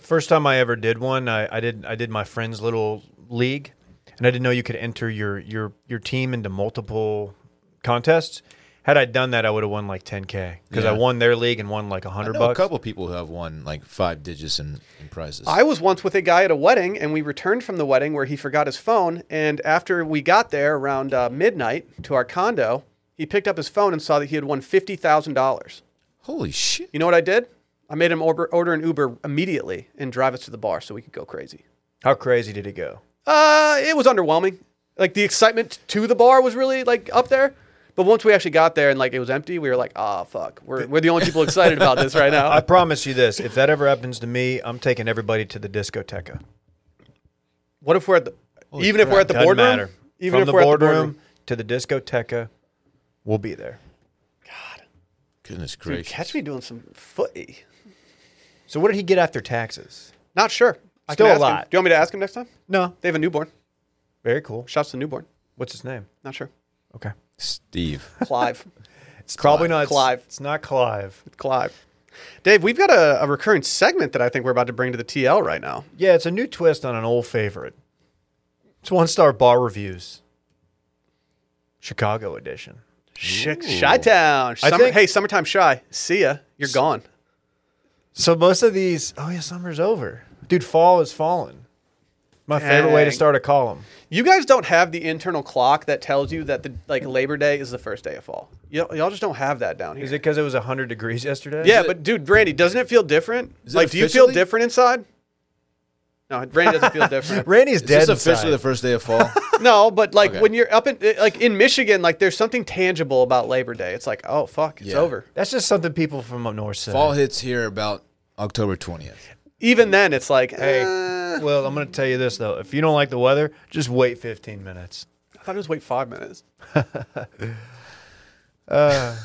B: First time I ever did one, I, I did I did my friend's little league, and I didn't know you could enter your your your team into multiple contests. Had I done that, I would have won like 10k because I
C: Yeah.
B: won their league and won like
C: I
B: 100
C: know a
B: bucks.
C: couple people who have won like five digits in, in prizes.
A: I was once with a guy at a wedding, and we returned from the wedding where he forgot his phone. And after we got there around uh, midnight to our condo, he picked up his phone and saw that he had won fifty thousand dollars.
C: Holy shit.
A: You know what I did? I made him order, order an Uber immediately and drive us to the bar so we could go crazy.
B: How crazy did it go?
A: Uh, it was underwhelming. Like the excitement to the bar was really like up there. But once we actually got there and like it was empty, we were like, ah, fuck. We're, we're the only people excited about this right now.
B: I promise you this: if that ever happens to me, I'm taking everybody to the discoteca.
A: What if we're at the, even if we're at the
B: Doesn't
A: boardroom,
B: matter.
A: even
B: From
A: if
B: the
A: we're at the
B: boardroom
A: boardroom,
B: to the discoteca, we'll be there.
C: Goodness
A: dude,
C: gracious.
A: catch me doing some footy.
B: So what did he get after taxes?
A: Not sure. I
B: Still
A: can
B: a
A: ask him.
B: lot.
A: Do you want me to ask him next time?
B: No,
A: They have a newborn.
B: very cool.
A: Shouts to newborn.
B: What's his name?
A: Not sure.
B: Okay,
C: Steve.
A: Clive.
B: it's probably not
A: Clive.
B: It's not Clive.
A: Clive. Dave, we've got a, a recurring segment that I think we're about to bring to the TL right now.
B: Yeah, it's a new twist on an old favorite. It's one star bar reviews, Chicago edition.
A: Shy Town.
B: I
A: Summer,
B: think-
A: hey, summertime shy. See ya. You're gone.
B: So most of these, oh yeah, summer's over, dude. Fall is falling. My favorite way to
A: Dang.
B: start a column.
A: You guys don't have the internal clock that tells you that the like Labor Day is the first day of fall. Y- y'all just don't have that down here.
B: Is it because it was hundred degrees yesterday?
A: yeah, but dude, Randy, doesn't it feel different?
C: Is it
A: Like, do you feel
C: officially?
A: different inside? No, Randy doesn't feel different.
B: Randy's
C: Is
B: dead.
C: this
B: inside.
C: officially the first day of fall?
A: No, but like
C: Okay.
A: when you're up in eh, like in Michigan, like there's something tangible about Labor Day. It's like, oh fuck, it's
C: Yeah.
A: over.
B: That's just something people from up north say.
C: fall hits here about October 20th.
A: Even then, it's like, hey,
B: Hey, well, I'm going to tell you this though. If you don't like the weather, just wait 15 minutes.
A: I thought it was wait five minutes.
B: I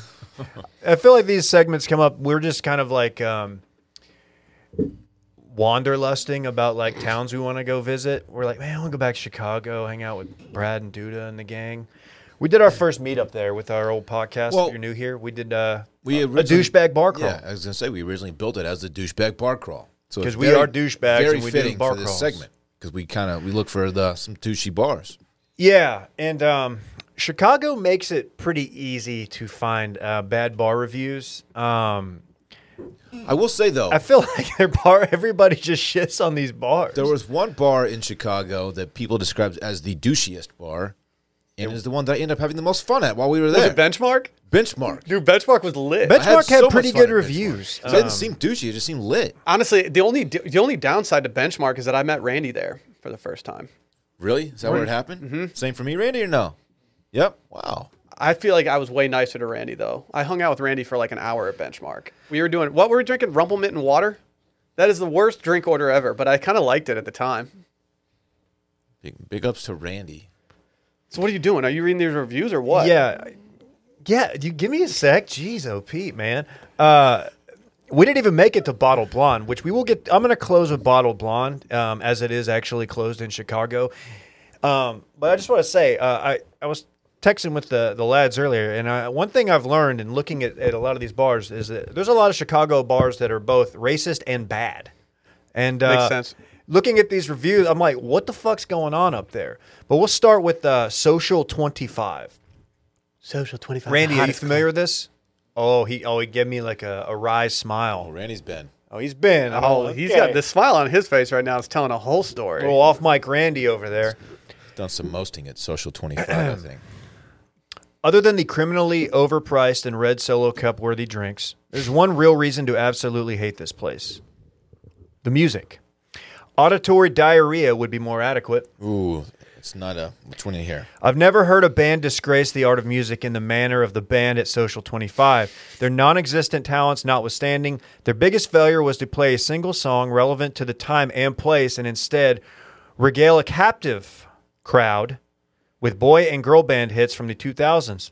B: feel like these segments come up. We're just kind of like um, wanderlusting about like towns we want to go visit. We're like, man, I want to go back to Chicago, hang out with Brad and Duda and the gang. We did our first meetup there with our old podcast.
C: Well-
B: if you're new here, we did uh,
C: We
B: a
C: originally-
B: douchebag bar crawl.
C: Yeah, I was going to say, we originally built it as the douchebag bar crawl. So it's
B: 'Cause we
C: very-
B: are douchebags
C: very
B: and we do
C: fitting
B: bar
C: for this
B: crawls.
C: segment because we kind of we look for the some douchey bars.
B: Yeah, and um, Chicago makes it pretty easy to find uh, bad bar reviews. Um,
C: I will say though,
B: I feel like their bar, everybody just shits on these bars.
C: There was one bar in Chicago that people described as the douchiest bar, and is the one that I ended up having the most fun at while we were
A: Was
C: there.
A: it benchmark?
C: Benchmark.
A: Dude, benchmark was lit.
C: I had
B: Benchmark had
C: so much
B: pretty
C: fun
B: good
C: at Benchmark.
B: reviews. Um,
C: It didn't seem douchey; it just seemed lit.
A: Honestly, the only the only downside to benchmark is that I met Randy there for the first time.
C: Really? Is that where it happened? Mm-hmm. Same for me, Randy, or no? Yep. Wow.
A: I feel like I was way nicer to Randy though. I hung out with Randy for like an hour at benchmark. We were doing what were we drinking? Rumplemint and water. That is the worst drink order ever, but I kind of liked it at the time.
C: Big, big ups to Randy.
A: So what are you doing? Are you reading these reviews or what?
B: Yeah, yeah. You give me a sec. Jeez, OP man. Uh, we didn't even make it to Bottle Blonde, which we will get. I'm going to close with Bottle Blonde, um, as it is actually closed in Chicago. Um, but I just want to say, uh, I I was texting with the the lads earlier, and I, one thing I've learned in looking at, at a lot of these bars is that there's a lot of Chicago bars that are both racist and bad. And uh,
A: sense.
B: looking at these reviews, I'm like, what the fuck's going on up there? But we'll start with uh, Social 25.
A: Social 25.
B: Randy, are you familiar with this? Oh, he oh he gave me like a, a wry smile.
C: Randy's been.
B: Oh, he's been. I'm
A: Oh,
B: like,
A: he's
B: okay.
A: got this smile on his face right now. It's telling a whole story.
B: little off mic Randy over there.
C: Done some mosting at Social 25, I think.
B: Other than the criminally overpriced and red solo cup worthy drinks, there's one real reason to absolutely hate this place the music. Auditory diarrhea would be more adequate.
C: Ooh, it's not a. Which one you hear?
B: I've never heard a band disgrace the art of music in the manner of the band at Social 25. Their non existent talents notwithstanding, their biggest failure was to play a single song relevant to the time and place and instead regale a captive crowd with boy and girl band hits from the 2000s.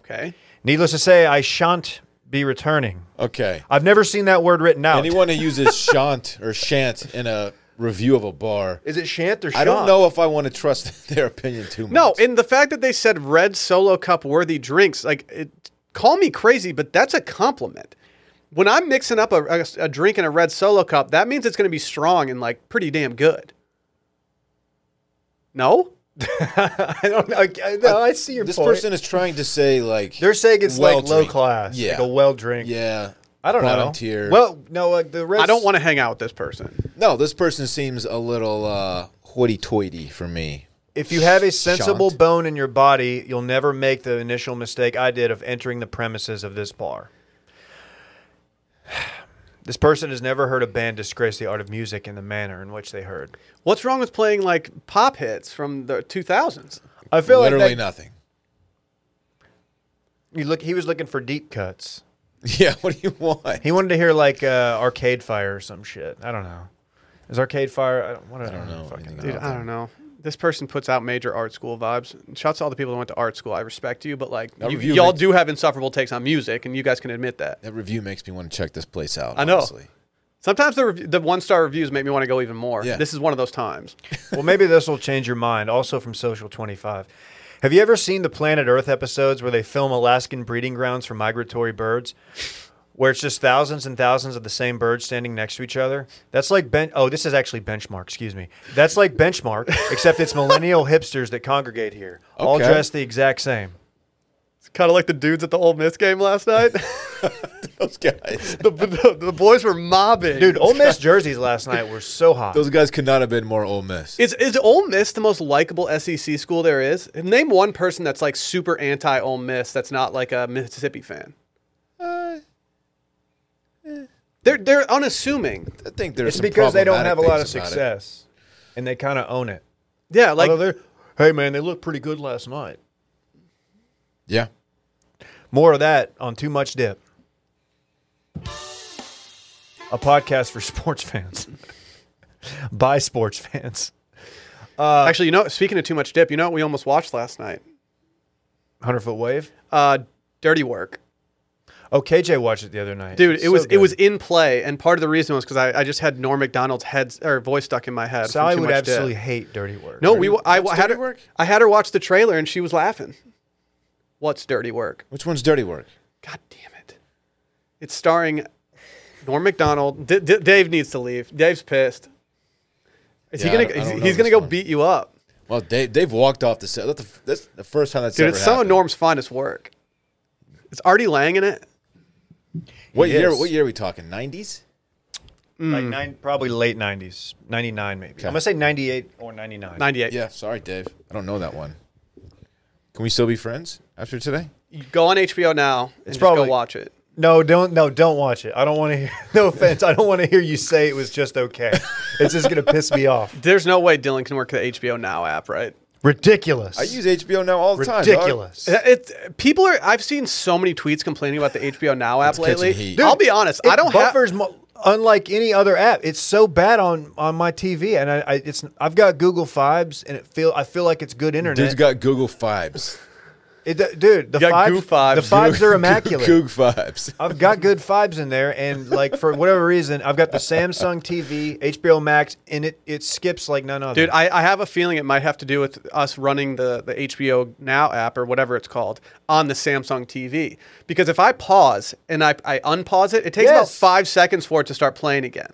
A: Okay.
B: Needless to say, I shan't be returning.
C: Okay.
B: I've never seen that word written out.
C: Anyone who uses shan't or shan't in a review of a bar,
B: Is it shant or shan't?
C: I don't know if I want to trust their opinion too much.
A: No, and the fact that they said red solo cup worthy drinks, like, it, call me crazy, but that's a compliment. When I'm mixing up a, a, a drink in a red solo cup, that means it's going to be strong and, like, pretty damn good. No?
B: I don't know. I, no, I see your
C: this
B: point.
C: person is trying to say like
B: They're saying it's
C: well
B: like low
C: drink.
B: class,
C: Yeah.
B: like a well drink.
C: yeah.
B: I don't
C: Volunteer.
B: know. Well, no, uh, the rest.
A: I don't want to hang out with this person.
C: No, this person seems a little uh, hoity-toity for me.
B: If you have a sensible
C: Shan't.
B: bone in your body, you'll never make the initial mistake I did of entering the premises of this bar. This person has never heard a band disgrace the art of music in the manner in which they heard.
A: What's wrong with playing, like, pop hits from the 2000s?
B: I feel
C: Literally
B: like that,
C: nothing.
B: You look, he was looking for deep cuts.
C: Yeah, what do you want?
B: He wanted to hear like uh, Arcade Fire or some shit. I don't know. Is Arcade Fire? I don't, what, I don't
C: know
B: Fucking
C: anything
B: know.
A: Dude,
C: about
A: I don't know. This person puts out major art school vibes. Shouts to all the people that went to art school. I respect you, but like
C: That
A: you,
C: review
A: y'all
C: makes-
A: do have insufferable takes on music, and you guys can admit that.
C: That review makes me want to check this place out.
A: I know.
C: honestly.
A: Sometimes the rev- the one star reviews make me want to go even more.
C: Yeah.
A: This is one of those times.
B: well, maybe this will change your mind. Also from Social 25. Have you ever seen the Planet Earth episodes where they film Alaskan breeding grounds for migratory birds? Where it's just thousands and thousands of the same birds standing next to each other. That's like ben- oh, this is actually benchmark. Excuse me. That's like benchmark, except it's millennial hipsters that congregate here, all
C: Okay.
B: dressed the exact same.
A: It's kind of like the dudes at the Ole Miss game last night.
C: Those guys.
A: the, the, the boys were mobbing.
B: Dude, Ole Miss jerseys last night were so hot.
C: Those guys could not have been more Ole Miss.
A: is is Ole Miss the most likable SEC school there is? Name one person that's like super anti Ole Miss that's not like a Mississippi fan.
C: Uh, eh.
A: They're they're unassuming.
C: I think there's
B: it's
C: some
B: because they don't
C: problematic
B: have a lot of
C: things about it.
B: success, and they kind of own it.
A: Yeah, like
B: Although they're, hey man, they looked pretty good last night.
C: Yeah.
B: More of that on Too Much Dip. A podcast for sports fans. By sports fans. Uh,
A: Actually, you know, speaking of too much dip, you know what we almost watched last night?
B: 100 Foot Wave.
A: Uh, Dirty Work,
B: Oh, KJ watched it the other night.
A: dude.
B: It's
A: it
B: so
A: was it
B: good.
A: was in play, and part of the reason was because I, I just had Norm Macdonald's head or voice stuck in my head. from
B: Sally
A: Too
B: would
A: Much Dip.
B: absolutely hate Dirty Work.
A: No, we I,
C: what's
A: had
C: Dirty
A: her
C: Work?
A: I had her watch the trailer, and she was laughing. What's Dirty Work?
C: Which one's dirty work?
A: God damn it! It's starring Norm Macdonald. D- D- Dave needs to leave. Dave's pissed. Is
C: Yeah, I
A: he
C: don't- I
A: gonna?
C: don't
A: He's,
C: know
A: he's gonna
C: this
A: go
C: one.
A: beat you up,
C: Well, Dave, Dave walked off the set. That's the, that's the first time that's
A: dude.
C: ever
A: It's some of
C: happened.
A: Norm's finest work. It's Artie Lang in it.
C: What year?
B: Yes.
C: What year are we talking? Nineties?
B: Like nine, probably late 90s. 99 maybe. I'm going to say 98 or 99.
A: 98.
C: Yeah. Sorry, Dave. I don't know that one. Can we still be friends after today?
A: You go on HBO now and just
B: probably-
A: go watch it.
B: No, don't no, don't watch it. I don't want to hear no offense. I don't want to hear you say it was just okay. It's just going to piss me off.
A: There's no way Dylan can work the HBO Now app, right?
B: Ridiculous.
C: I use HBO now all the time. dog.
B: ridiculous.
A: It's people are. I've seen so many tweets complaining about the HBO Now app
C: catching
A: lately.
C: heat.
A: I'll be honest. I don't have.
B: buffers mo- unlike any other app. It's so bad on on my TV, and I, I it's I've got Google Fibes, and it feel I feel like it's good
C: Dude's
B: internet.
C: got Google Fibes.
B: It- dude, the
A: You got
B: Fibes,
A: Goo Fibes.
B: the Fibes are immaculate.
C: Google Fibes.
B: I've got good vibes in there, and like for whatever reason, I've got the Samsung TV, HBO Max, and it it skips like none other.
A: Dude, I, I have a feeling it might have to do with us running the, the HBO Now app or whatever it's called on the Samsung TV. Because if I pause and I, I unpause it, it takes about
B: Yes.
A: five seconds for it to start playing again.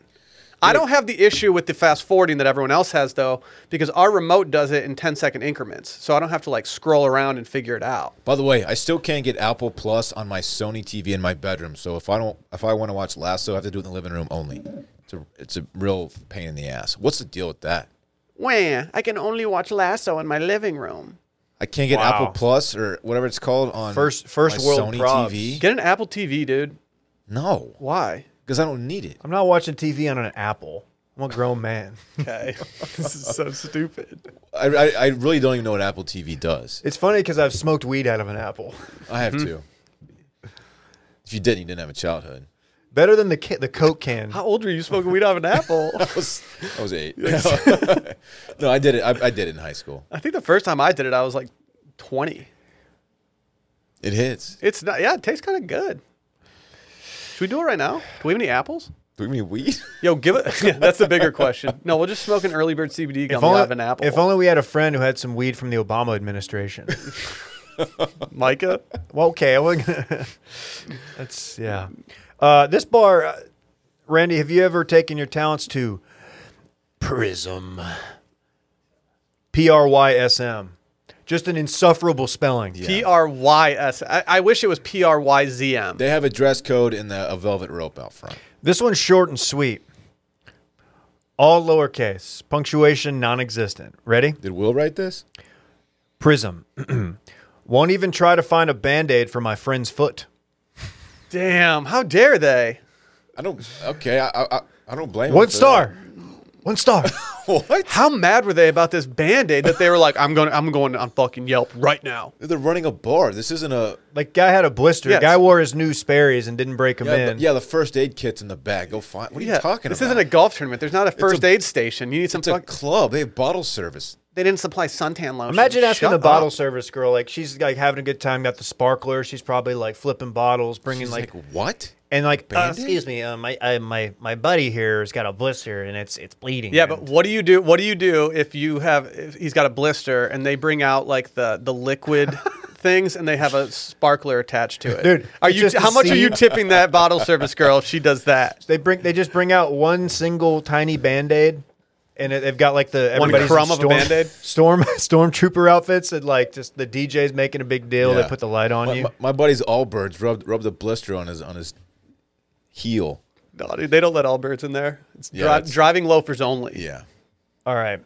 A: I don't have the issue with the fast forwarding that everyone else has though, because our remote does it in 10 second increments, so I don't have to like scroll around and figure it out.
C: By the way, I still can't get Apple Plus on my Sony TV in my bedroom. So if I don't, if I want to watch Lasso, I have to do it in the living room only. It's a, it's a real pain in the ass. What's the deal with that?
A: Wah, I can only watch Lasso in my living room.
C: I can't get
B: Wow.
C: Apple Plus or whatever it's called on
B: First- first
C: my
B: world
C: Sony
B: probs.
C: TV.
A: Get an Apple TV, dude.
C: no,
A: Why?
C: because I don't need it.
B: I'm not watching TV on an Apple. I'm a grown man.
A: Okay. this is so stupid.
C: I, I, I really don't even know what Apple TV does.
B: it's funny because I've smoked weed out of an Apple.
C: I have
B: Hmm.
C: to. If you didn't, you didn't have a childhood.
B: Better than the ca- the Coke can.
A: How old were you smoking weed off an apple?
C: I was, I was eight. no, I did it. I, I did it in high school.
A: I think the first time I did it, I was like 20.
C: It hits.
A: It's not, yeah, it tastes kind of good. Should we do it right now? Do we have any apples?
C: Do we mean weed?
A: Yo, give it. Yeah, that's the bigger question. No, we'll just smoke an early bird CBD gum
B: If only,
A: out of an apple.
B: if only we had a friend who had some weed from the Obama administration.
A: Micah.
B: well, okay, I wasn't gonna. That's yeah. Uh, this bar, uh, Randy, have you ever taken your talents to Prism? P R Y S M. Just an insufferable spelling.
A: P R Y S. I, I wish it was P R Y Z M.
C: They have a dress code and the, a velvet rope out front.
B: This one's short and sweet. All lowercase, punctuation non existent. Ready?
C: Did Will write this?
B: Prism. Won't even try to find a band aid for my friend's foot.
A: Damn, how dare they?
C: I don't. Okay, I I, I- I don't blame. him
B: One
C: for
B: star. One star.
C: that. What?
A: How mad were they about this band aid that they were like, I'm going, I'm going on fucking Yelp right now.
C: They're running a bar. This isn't a.
B: like, guy had a blister.
A: Yes.
B: Guy wore his new Sperry's and didn't break him
C: Yeah,
B: in.
C: the, yeah, the first aid kit's in the back. Go find. What are you talking
A: this
C: about?
A: isn't a golf tournament. There's not a first aid station. You need some.
C: It's a
A: Fuck,
C: club. They have bottle service.
A: they didn't supply suntan lotion.
B: Imagine asking
A: Shut
B: the bottle
A: up.
B: service girl, like she's like having a good time, got the sparkler. She's probably like flipping bottles, bringing
C: It's
B: like,
C: like, what?
B: and like, uh,
C: Band-Aid?
D: Excuse me, uh, my I, my my buddy here has got a blister and it's it's bleeding.
A: Yeah, but
D: and-
A: what do you do? What do you do if you have? If he's got a blister, and they bring out like the the liquid things, and they have a sparkler attached to it.
B: Dude,
A: are
B: it's
A: you?
B: just a
A: How much are you
B: seed.
A: tipping that bottle service girl if she does that?
B: they bring, they just bring out one single tiny band aid, and it, they've got like the
A: One
B: everybody's in
A: crumb of a
B: storm,
A: Band-Aid?
B: storm stormtrooper outfits, and like just the DJ's making a big deal.
C: Yeah.
B: They put the light on
C: My,
B: you.
C: my, my buddy's Allbirds rubbed rubbed a blister on his on his heel.
A: No, dude, they don't let all birds in there. It's,
C: Yeah,
A: dri-
C: that's-
A: driving loafers only.
C: Yeah.
B: All right,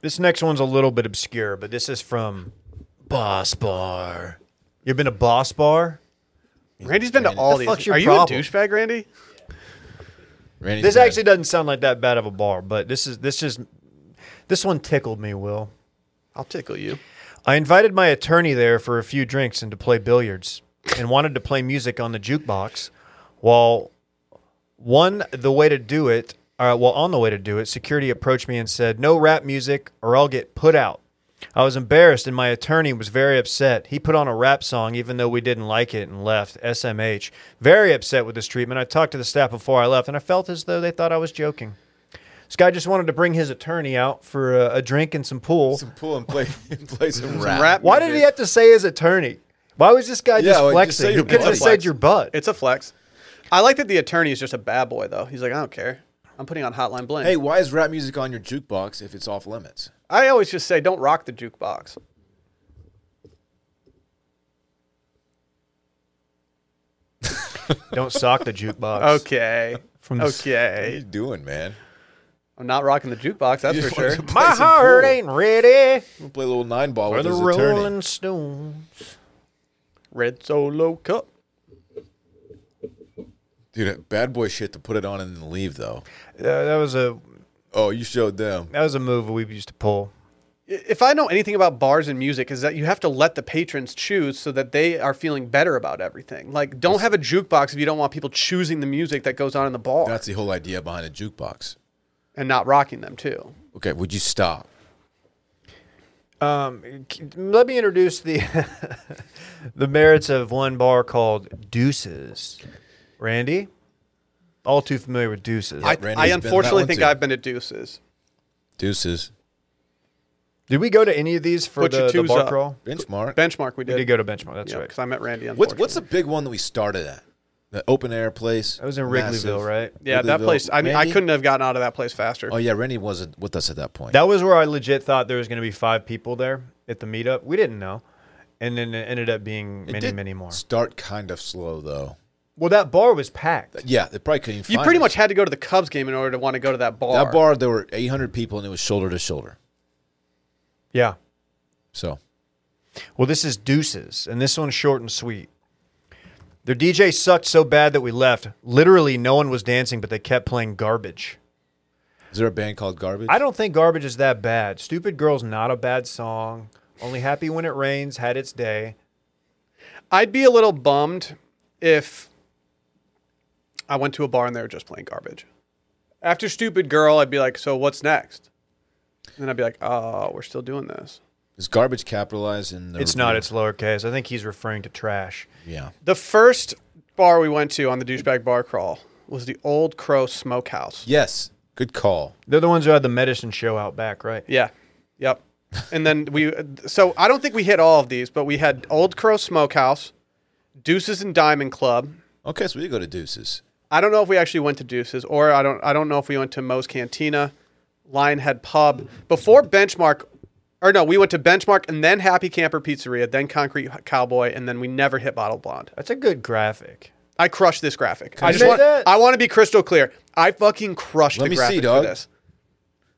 B: this next one's a little bit obscure, but this is from Boss Bar. You've been to Boss Bar?
A: Randy's been to all
B: the
A: these.
B: fuck's your
A: are
B: problem?
A: you a douchebag, Randy?
C: Randy's
B: This
C: bad.
B: actually doesn't sound like that bad of a bar, but this is this just this one tickled me, Will.
A: I'll tickle you.
B: I invited my attorney there for a few drinks and to play billiards and wanted to play music on the jukebox while one the way to do it uh, well on the way to do it security approached me and said no rap music or I'll get put out. I was embarrassed and my attorney was very upset. He put on a rap song even though we didn't like it and left SMH. Very upset with this treatment. I talked to the staff before I left and I felt as though they thought I was joking. This guy just wanted to bring his attorney out for a, a drink and some pool.
C: some pool and play play some, rap.
A: rap.
B: Why did he have to say his attorney? Why was this guy
C: Yeah,
B: just
C: like, just
B: flexing?
C: say
B: You
C: your
B: could have
C: butt.
B: said your butt.
A: It's a flex. I like that the attorney is just a bad boy though. He's like, I don't care. I'm putting on Hotline Bling.
C: Hey, why is rap music on your jukebox if it's off limits?
A: I always just say, don't rock the jukebox.
B: Don't sock the jukebox.
A: Okay.
B: From the-
C: What are
A: Okay.
C: you doing, man?
A: I'm not rocking the jukebox. That's
C: You
A: for
C: just wanted
A: sure.
C: to play
B: My
C: some
B: heart
C: pool.
B: ain't ready
C: We'll play a little nine ball
B: for
C: with
B: the
C: his attorney.
B: Rolling Stones.
A: Red Solo Cup.
C: Dude, that bad boy shit to put it on and then leave though.
B: Uh, that was a
C: Oh, you showed them.
B: that was a move we used to pull.
A: I- If I know anything about bars and music, is that you have to let the patrons choose so that they are feeling better about everything. Like, don't have a jukebox if you don't want people choosing the music that goes on in the bar
C: That's the whole idea behind a jukebox.
A: and not rocking them too.
C: Okay, would you stop?
B: Um, c- let me introduce the the merits of one bar called Deuces. Randy, all too familiar with Deuces.
A: I, I
C: Randy's been to that
A: unfortunately
C: one,
A: think
C: too.
A: I've been to Deuces.
C: Deuces.
B: did we go to any of these for
A: Put your
B: the, the
A: twos
B: bar
A: up.
B: crawl?
C: Benchmark.
A: Benchmark, we did.
B: We did go to Benchmark. That's
A: yeah,
B: right.
A: because I met Randy.
C: what's
A: Unfortunately.
C: what's the big one that we started at? the open air place.
B: That was in
C: Massive.
B: Wrigleyville, right?
A: Yeah, that
C: Wrigleyville.
A: place. I mean, I
C: Randy?
A: couldn't have gotten out of that place faster.
C: Oh yeah, Randy wasn't with us at that point.
B: That was where I legit thought there was going to be five people there at the meetup. We didn't know, and then it ended up being
C: It
B: many,
C: did
B: many more.
C: Start kind of slow though.
B: Well, that bar was packed.
C: Yeah, they probably couldn't.
A: you
C: find
A: pretty
C: us.
A: much had to go to the Cubs game in order to want to go to that bar.
C: that bar. There were 800 people and it was shoulder to shoulder.
B: Yeah.
C: So
B: Well, this is Deuces, and this one's short and sweet. Their DJ sucked so bad that we left. Literally, no one was dancing, but they kept playing garbage.
C: is there a band called Garbage?
B: I don't think garbage is that bad. Stupid Girl's not a bad song. Only Happy When It Rains had its day.
A: I'd be a little bummed if I went to a bar and they were just playing garbage. After Stupid Girl, I'd be like, so what's next? And then I'd be like, oh, we're still doing this.
C: Is Garbage capitalized in the?
B: It's
C: review?
B: not, it's lowercase. I think he's referring to trash.
C: yeah.
A: The first bar we went to on the douchebag bar crawl was the Old Crow Smokehouse.
C: Yes. Good call.
B: They're the ones who had the medicine show out back, right?
A: Yeah. Yep. And then we, so I don't think we hit all of these, but we had Old Crow Smokehouse, Deuces and Diamond Club.
C: Okay, so we go to Deuces.
A: I don't know if we actually went to Deuces, or I don't. I don't know if we went to Moe's Cantina, Lionhead Pub before Benchmark, or no, we went to Benchmark and then Happy Camper Pizzeria, then Concrete Cowboy, and then we never hit Bottle Blonde.
B: That's a good graphic.
A: I crushed this graphic. I
B: you
A: just
B: say
A: want.
B: that?
A: I want to be crystal clear. I fucking crushed
C: Let
A: the
C: me see,
A: graphic
C: dog.
A: for this.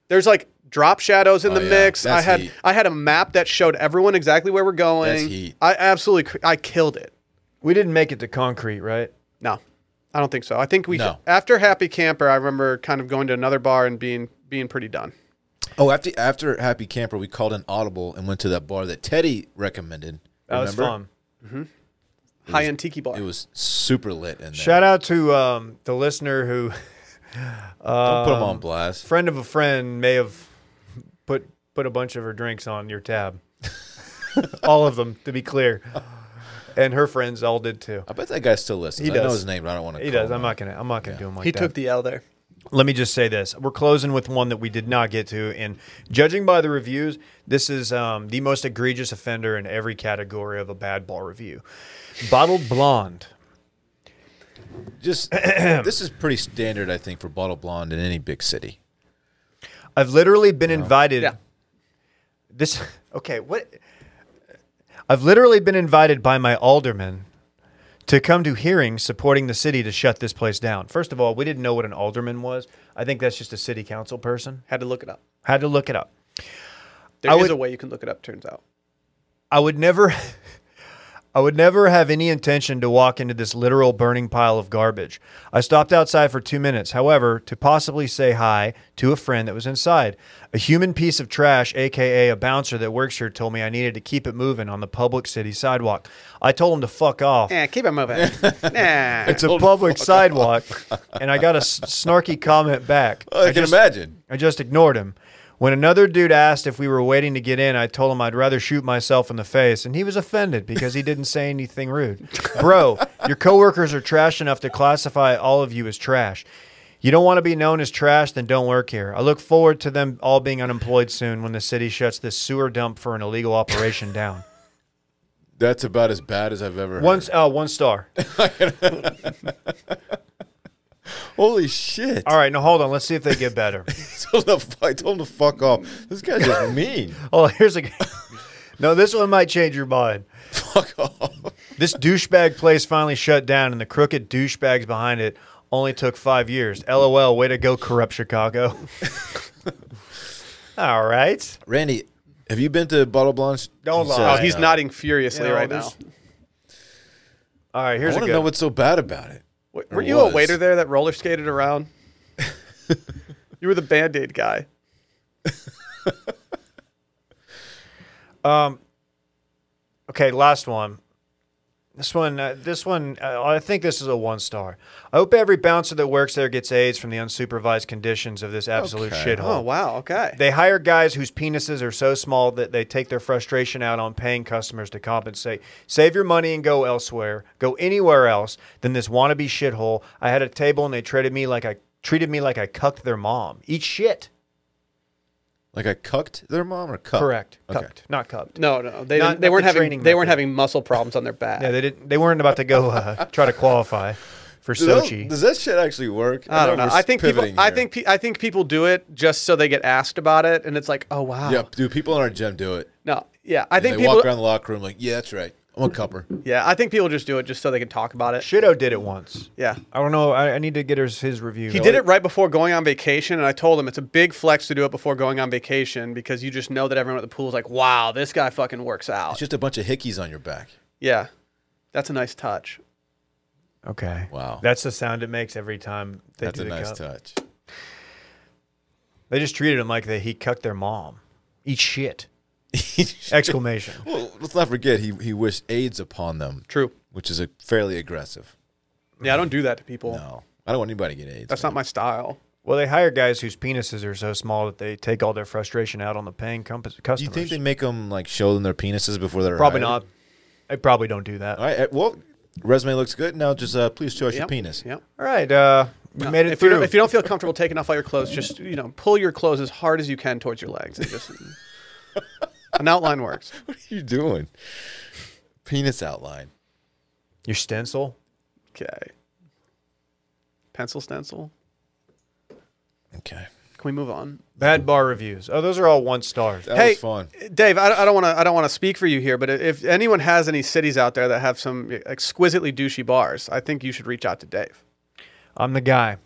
A: There's like drop shadows in
C: Oh,
A: the
C: yeah.
A: mix. I
C: That's
A: had
C: heat.
A: I had a map that showed everyone exactly where we're going.
C: heat.
A: I absolutely cr- I killed it.
B: We didn't make it to concrete, right?
A: No, I don't think so. I think we
C: No.
A: after Happy Camper, I remember kind of going to another bar and being being pretty done.
C: Oh, after after Happy Camper, we called an audible and went to that bar that Teddy recommended.
B: That was
C: Remember?
B: fun.
A: High end tiki bar.
C: It was super lit in there.
B: Shout out to um, the listener who
C: Don't put them on blast.
B: friend of a friend may have put put a bunch of her drinks on your tab. all of them, to be clear. And her friends all did too.
C: I bet that guy still listens.
B: He
C: I know
B: does.
C: his name, but I don't want to.
B: He
C: call
B: does.
C: him
B: I'm
C: out.
B: not gonna. I'm not gonna do him like
A: he
B: that.
A: took the L there.
B: Let me just say this: we're closing with one that we did not get to, and judging by the reviews, this is um, the most egregious offender in every category of a bad bar review. Bottled blonde.
C: Just this is pretty standard, I think, for Bottle Blonde in any big city.
B: I've literally been invited.
A: Yeah.
B: This okay? What? I've literally been invited by my alderman to come to hearings supporting the city to shut this place down. First of all, we didn't know what an alderman was. I think that's just a city council person.
A: Had to look it up.
B: Had to look it up.
A: There
B: I
A: is
B: would-
A: a way you can look it up. Turns out.
B: I would never I would never have any intention to walk into this literal burning pile of garbage. I stopped outside for 2 minutes, however, to possibly say hi to a friend that was inside. A human piece of trash, aka a bouncer that works here told me I needed to keep it moving on the public city sidewalk. I told him to fuck off.
A: Yeah, keep it moving. nah.
B: It's a public sidewalk, and I got a s- snarky comment back.
C: I, can
B: just-
C: imagine.
B: I just ignored him. When another dude asked if we were waiting to get in, I told him I'd rather shoot myself in the face, and he was offended because he didn't say anything rude. Bro, your coworkers are trash enough to classify all of you as trash. You don't want to be known as trash, then don't work here. I look forward to them all being unemployed soon when the city shuts this sewer dump for an illegal operation down.
C: That's about as bad as I've ever.
B: One, s- oh, one star.
C: heard. Holy shit!
B: All right, now hold on. Let's see if they get better.
C: told him to, fu- I told him to fuck off. This guy's just mean.
B: Oh, here's a. No, this one might change your mind.
C: fuck off.
B: This douchebag place finally shut down, and the crooked douchebags behind it only took five years. LOL, way to go, corrupt Chicago. All right.
C: Randy, have you been to Bottle Blonde?
B: Don't
C: He says
B: lie.
A: oh, he's
C: no.
A: nodding furiously
B: You know,
A: right now.
B: there's- All right,
C: I
B: here's a
C: want
B: good
C: to know what's so bad about it.
A: W-
C: Or
A: Were you
C: was.
A: a waiter there that roller skated around? you were the band aid guy.
B: Okay, last one. This one, uh, this one, uh, I think this is a one star. I hope every bouncer that works there gets AIDS from the unsupervised conditions of this absolute
C: Okay.
B: shithole.
A: Oh wow. Okay.
B: They hire guys whose penises are so small that they take their frustration out on paying customers to compensate. Save your money and go elsewhere. Go anywhere else than this wannabe shithole. I had a table and they treated me like I treated me like I cucked their mom. Eat shit.
C: Like I cucked their mom or cucked?
B: Correct.
C: Okay.
B: Cucked. Not cupped.
A: no, no, they
B: Not-
A: didn't, they
B: not
A: weren't
B: the
A: having
B: training
A: they weren't
B: method.
A: having muscle problems on their back.
B: Yeah, they didn't. They weren't about to go uh, try to qualify.
D: for
C: Does that-
D: Sochi.
C: does that shit actually work?
A: I don't know.
C: we're
A: I think people.
C: pivoting
A: I
C: here.
A: think pe- I think people do it just so they get asked about it, and it's like, oh wow.
C: Yeah, dude. People in our gym do it.
A: No. Yeah. I
C: They
A: think people.
C: walk around the locker room like, yeah, that's right. I'm a cupper.
A: Yeah. I think people just do it just so they can talk about it.
B: Shido did it once.
A: Yeah.
B: I don't know. I, I need to get his, his review.
A: He did it right before going on vacation, and I told him it's a big flex to do it before going on vacation because you just know that everyone at the pool is like, "Wow, this guy fucking works
C: It's
A: out."
C: just a bunch of hickeys on your back.
A: Yeah, that's a nice touch.
B: Okay.
C: Wow.
B: That's the sound it makes every time they
C: That's
B: do the
C: a nice
B: cup.
C: touch.
B: They just treated him like they, he cucked their mom. Eat shit! Exclamation.
C: Well, let's not forget he he wished AIDS upon them,
A: True.
C: which is a fairly aggressive.
A: Yeah, I don't do that to people.
C: No, I don't want anybody to get AIDS.
A: That's not my style.
B: Well, they hire guys whose penises are so small that they take all their frustration out on the paying compass- customers.
C: Do you think they make them like show them their penises before they're
B: probably
C: hired?
B: not? They probably don't do that.
C: All right. uh, Well, resume looks good. Now just uh, please show us your
A: Yep.
C: penis.
A: Yep.
B: All right, uh, we made it
A: if you
B: through.
A: don't, if you don't feel comfortable taking off all your clothes, just you know, pull your clothes as hard as you can towards your legs. And just an outline works.
C: What are you doing? Penis outline.
B: Your stencil.
A: Okay. Pencil stencil.
C: Okay.
A: Can we move on?
B: Bad bar reviews. Oh, those are all one stars.
C: That
A: Hey.
C: was fun.
A: Dave, I, I don't want to. I don't want to speak for you here, but if anyone has any cities out there that have some exquisitely douchey bars, I think you should reach out to Dave.
B: I'm the guy.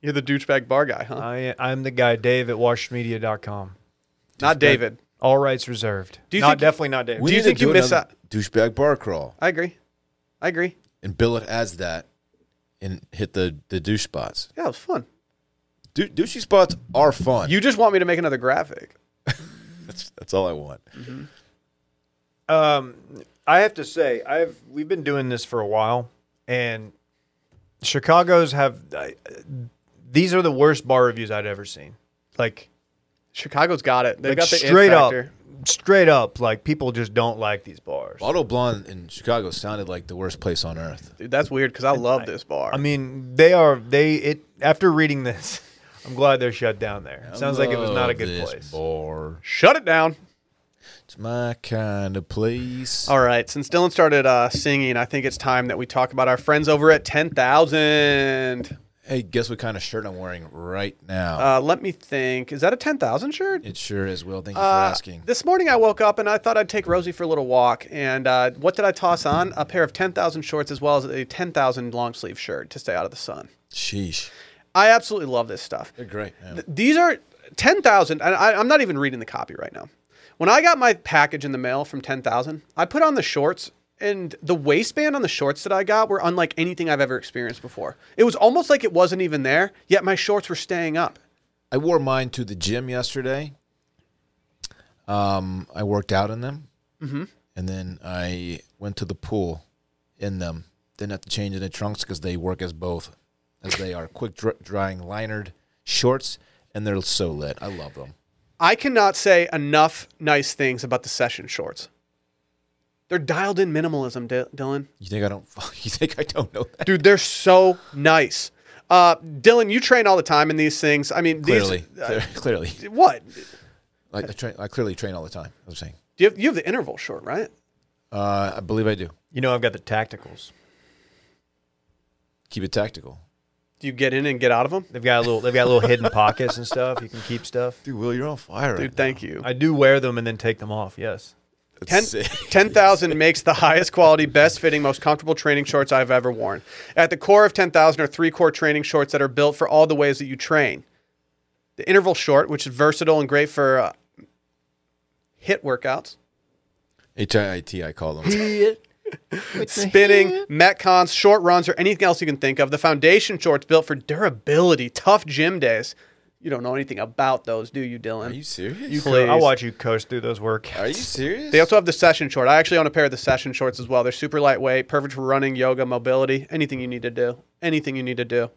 A: You're the douchebag bar guy, huh?
B: I, I'm the guy. Dave at washedmedia.com.
A: Not David.
B: All rights reserved.
A: Do you
B: not
A: think-
B: definitely not Dave.
C: We
A: Do you
C: need to
A: think you
C: do
A: miss
C: another douchebag bar crawl
A: I agree. I agree.
C: and bill it as that, and hit the the douche spots.
A: Yeah, it was fun.
C: Du- douchey spots are fun.
A: You just want me to make another graphic.
C: that's, that's all I want.
B: Um, I have to say, I've we've been doing this for a while, and Chicago's have I, these are the worst bar reviews I'd ever seen. Like,
A: Chicago's got it. They've
B: like
A: got the it
B: straight up,
A: factor.
B: straight up, like people just don't like these bars.
C: Bottle Blonde in Chicago sounded like the worst place on earth.
A: Dude, that's weird because I love this bar.
B: I mean, they are they it after reading this. I'm glad they're shut down there. Sounds like it was not a
C: Love
B: good
C: this
B: place.
C: Bar.
A: Shut it down.
C: It's my kind of place.
A: All right. Since Dylan started uh, singing, I think it's time that we talk about our friends over at 10,000.
C: Hey, guess what kind of shirt I'm wearing right now?
A: Uh, let me think. Is that a 10,000 shirt?
C: it sure is, Will. Thank you
A: Uh,
C: for asking.
A: This morning I woke up and I thought I'd take Rosie for a little walk. And uh, what did I toss on? A pair of 10,000 shorts as well as a 10,000 long sleeve shirt to stay out of the sun.
C: Sheesh.
A: I absolutely love this stuff.
C: They're great. man.
A: These are 10,000. And I, I'm not even reading the copy right now. When I got my package in the mail from 10,000, I put on the shorts, and the waistband on the shorts that I got were unlike anything I've ever experienced before. It was almost like it wasn't even there, yet my shorts were staying up.
C: I wore mine to the gym yesterday. Um, I worked out in them, mm-hmm. and then I went to the pool in them. Didn't have to change any trunks because they work as both, as they are quick dr- drying linered shorts, and they're so lit. I love them.
A: I cannot say enough nice things about the session shorts. They're dialed in minimalism, Dy- Dylan.
C: You think I don't? You think I don't know that?
A: Dude, they're so nice. Uh, Dylan, you train all the time in these things. I mean, these, uh,
C: Clearly, Clear- clearly,
A: what?
C: like I, train, I clearly train all the time. I'm saying.
A: Do you have, you have the interval short, right?
C: Uh, I believe I do.
B: You know, I've got the tacticals.
C: Keep it tactical.
A: Do you get in and get out of them?
B: They've got a little they've got little hidden pockets and stuff. You can keep stuff.
C: Dude, Will, you're on fire.
A: Dude, thank you.
B: I do wear them and then take them off. Yes.
A: Ten- 10,000 makes the highest quality, best fitting, most comfortable training shorts I've ever worn. At the core of 10,000 are three core training shorts that are built for all the ways that you train. The interval short, which is versatile and great for uh, hit workouts,
C: H I I T, I call them.
A: spinning, metcons, short runs, or anything else you can think of. The foundation shorts built for durability, tough gym days. You don't know anything about those, do you, Dylan?
C: Are you serious?
A: Please.
B: I'll watch you coast through those workouts.
C: Are you serious?
A: They also have the session short. I actually own a pair of the session shorts as well. They're super lightweight, perfect for running, yoga, mobility, anything you need to do. Anything you need to do.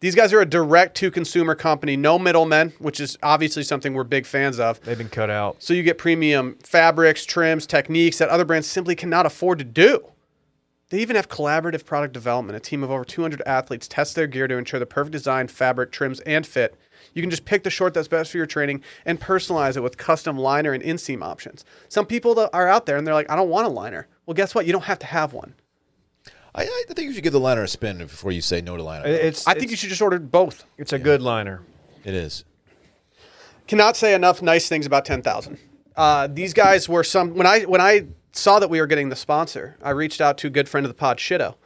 A: These guys are a direct to consumer company, no middlemen, which is obviously something we're big fans of.
B: They've been cut out.
A: So you get premium fabrics, trims, techniques that other brands simply cannot afford to do. They even have collaborative product development. A team of over 200 athletes test their gear to ensure the perfect design, fabric, trims, and fit. You can just pick the short that's best for your training and personalize it with custom liner and inseam options. Some people that are out there and they're like, I don't want a liner. Well, guess what? You don't have to have one.
C: I, I think you should give the liner a spin before you say no to liner.
B: It- It's
A: I think
B: it's-
A: you should just order both.
B: It's a good liner.
C: it is.
A: cannot say enough nice things about 10,000. Uh, these guys were some when I when I saw that we were getting the sponsor, I reached out to a good friend of the pod, Shido,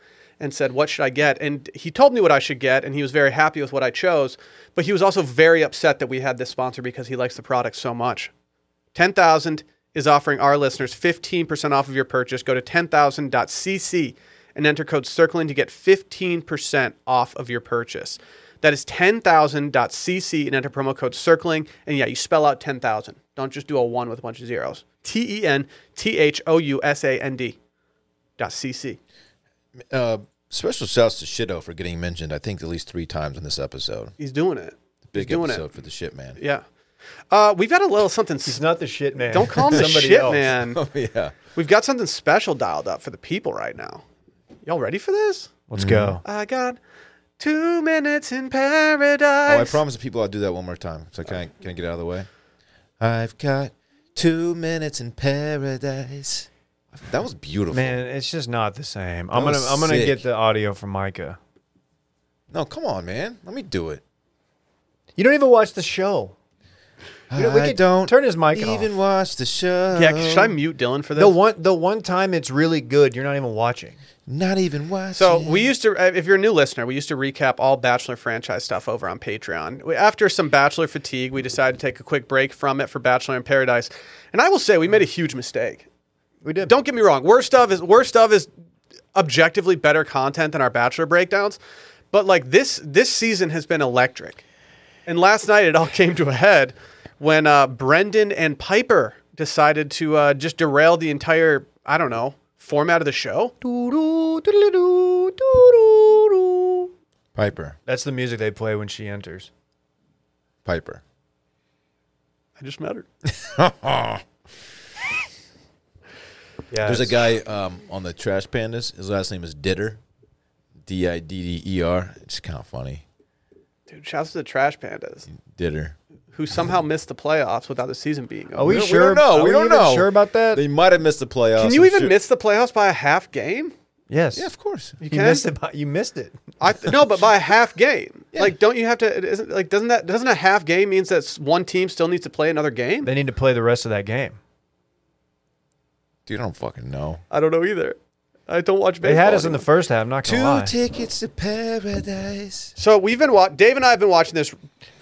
A: and said, "What should I get?" And he told me what I should get, and he was very happy with what I chose, but he was also very upset that we had this sponsor because he likes the product so much. 10,000 is offering our listeners 15% off of your purchase. Go to 10,000.cc and enter code CIRCLING to get 15% off of your purchase. That is 10,000.cc and enter promo code CIRCLING. And yeah, you spell out 10,000. Don't just do a one with a bunch of zeros. T E N T H O U S A N D dot cc.
C: Uh, special shouts to Shido for getting mentioned. I think at least three times in this episode.
A: He's doing it.
C: Big
A: He's doing
C: episode
A: it.
C: for the shit man.
A: Yeah. Uh, we've got a little something.
B: He's not the shit man.
A: Don't call him the
B: Somebody
A: shit,
B: else.
A: man.
C: Oh yeah.
A: We've got something special dialed up for the people right now. Y'all ready for this?
B: Let's go.
A: I got two minutes in
C: Oh, I
A: paradise.
C: promise the people I'll do that one more time. So can I can I get out of the way? I've got two minutes in paradise. That was beautiful.
B: Man, it's just not the same. I'm
C: That
B: gonna
C: was
B: I'm gonna
C: sick.
B: get the audio from Micah.
C: No, come on, man. Let me do it.
B: You don't even watch the show. You know, we
C: I
B: could
C: don't
B: turn his mic
C: even
B: off.
C: watch the show.
A: yeah, should I mute Dylan for this?
B: The one the one time it's really good, you're not even watching.
C: Not even watch.
A: so
C: it.
A: we used to, uh, if you're a new listener, we used to recap all Bachelor franchise stuff over on Patreon. We- After some Bachelor fatigue, we decided to take a quick break from it for Bachelor in Paradise. And I will say, we made a huge mistake.
B: We did.
A: Don't get me wrong. Worst of is worst of is objectively better content than our Bachelor breakdowns, but like this this season has been electric. And last night it all came to a head when uh, Brendan and Piper decided to uh, just derail the entire I don't know format of the show.
C: Piper.
B: That's the music they play when she enters.
C: Piper.
A: I just met her.
B: Yeah.
C: There's a
B: it's-
C: guy um, on the Trash Pandas. His last name is Ditter. D i d d e r. It's kind of funny.
A: Dude, shouts to the Trash Pandas
C: Ditter.
A: who somehow missed the playoffs without the season being
B: Are
A: over.
B: Oh, we,
C: We don't-
B: sure?
C: We don't know.
B: are
C: we don't
B: even
C: know.
B: Sure about that?
C: They might have missed the playoffs.
A: Can you
C: I'm
A: even
C: sure-
A: miss the playoffs by a half game?
B: yes.
C: Yeah, of course.
B: you
A: can?
B: missed it. by- You missed it.
A: I th- no, but by a half game.
C: Yeah.
A: Like, don't you have to? it Isn't like doesn't that doesn't a half game means that s- one team still needs to play another game?
B: They need to play the rest of that game.
C: Dude, I don't fucking know.
A: I don't know either. I don't watch
B: They
A: baseball.
B: had us in the
A: anymore.
B: first half. I'm not gonna lie.
C: tickets to paradise.
A: so we've been wa- Dave and I have been watching this.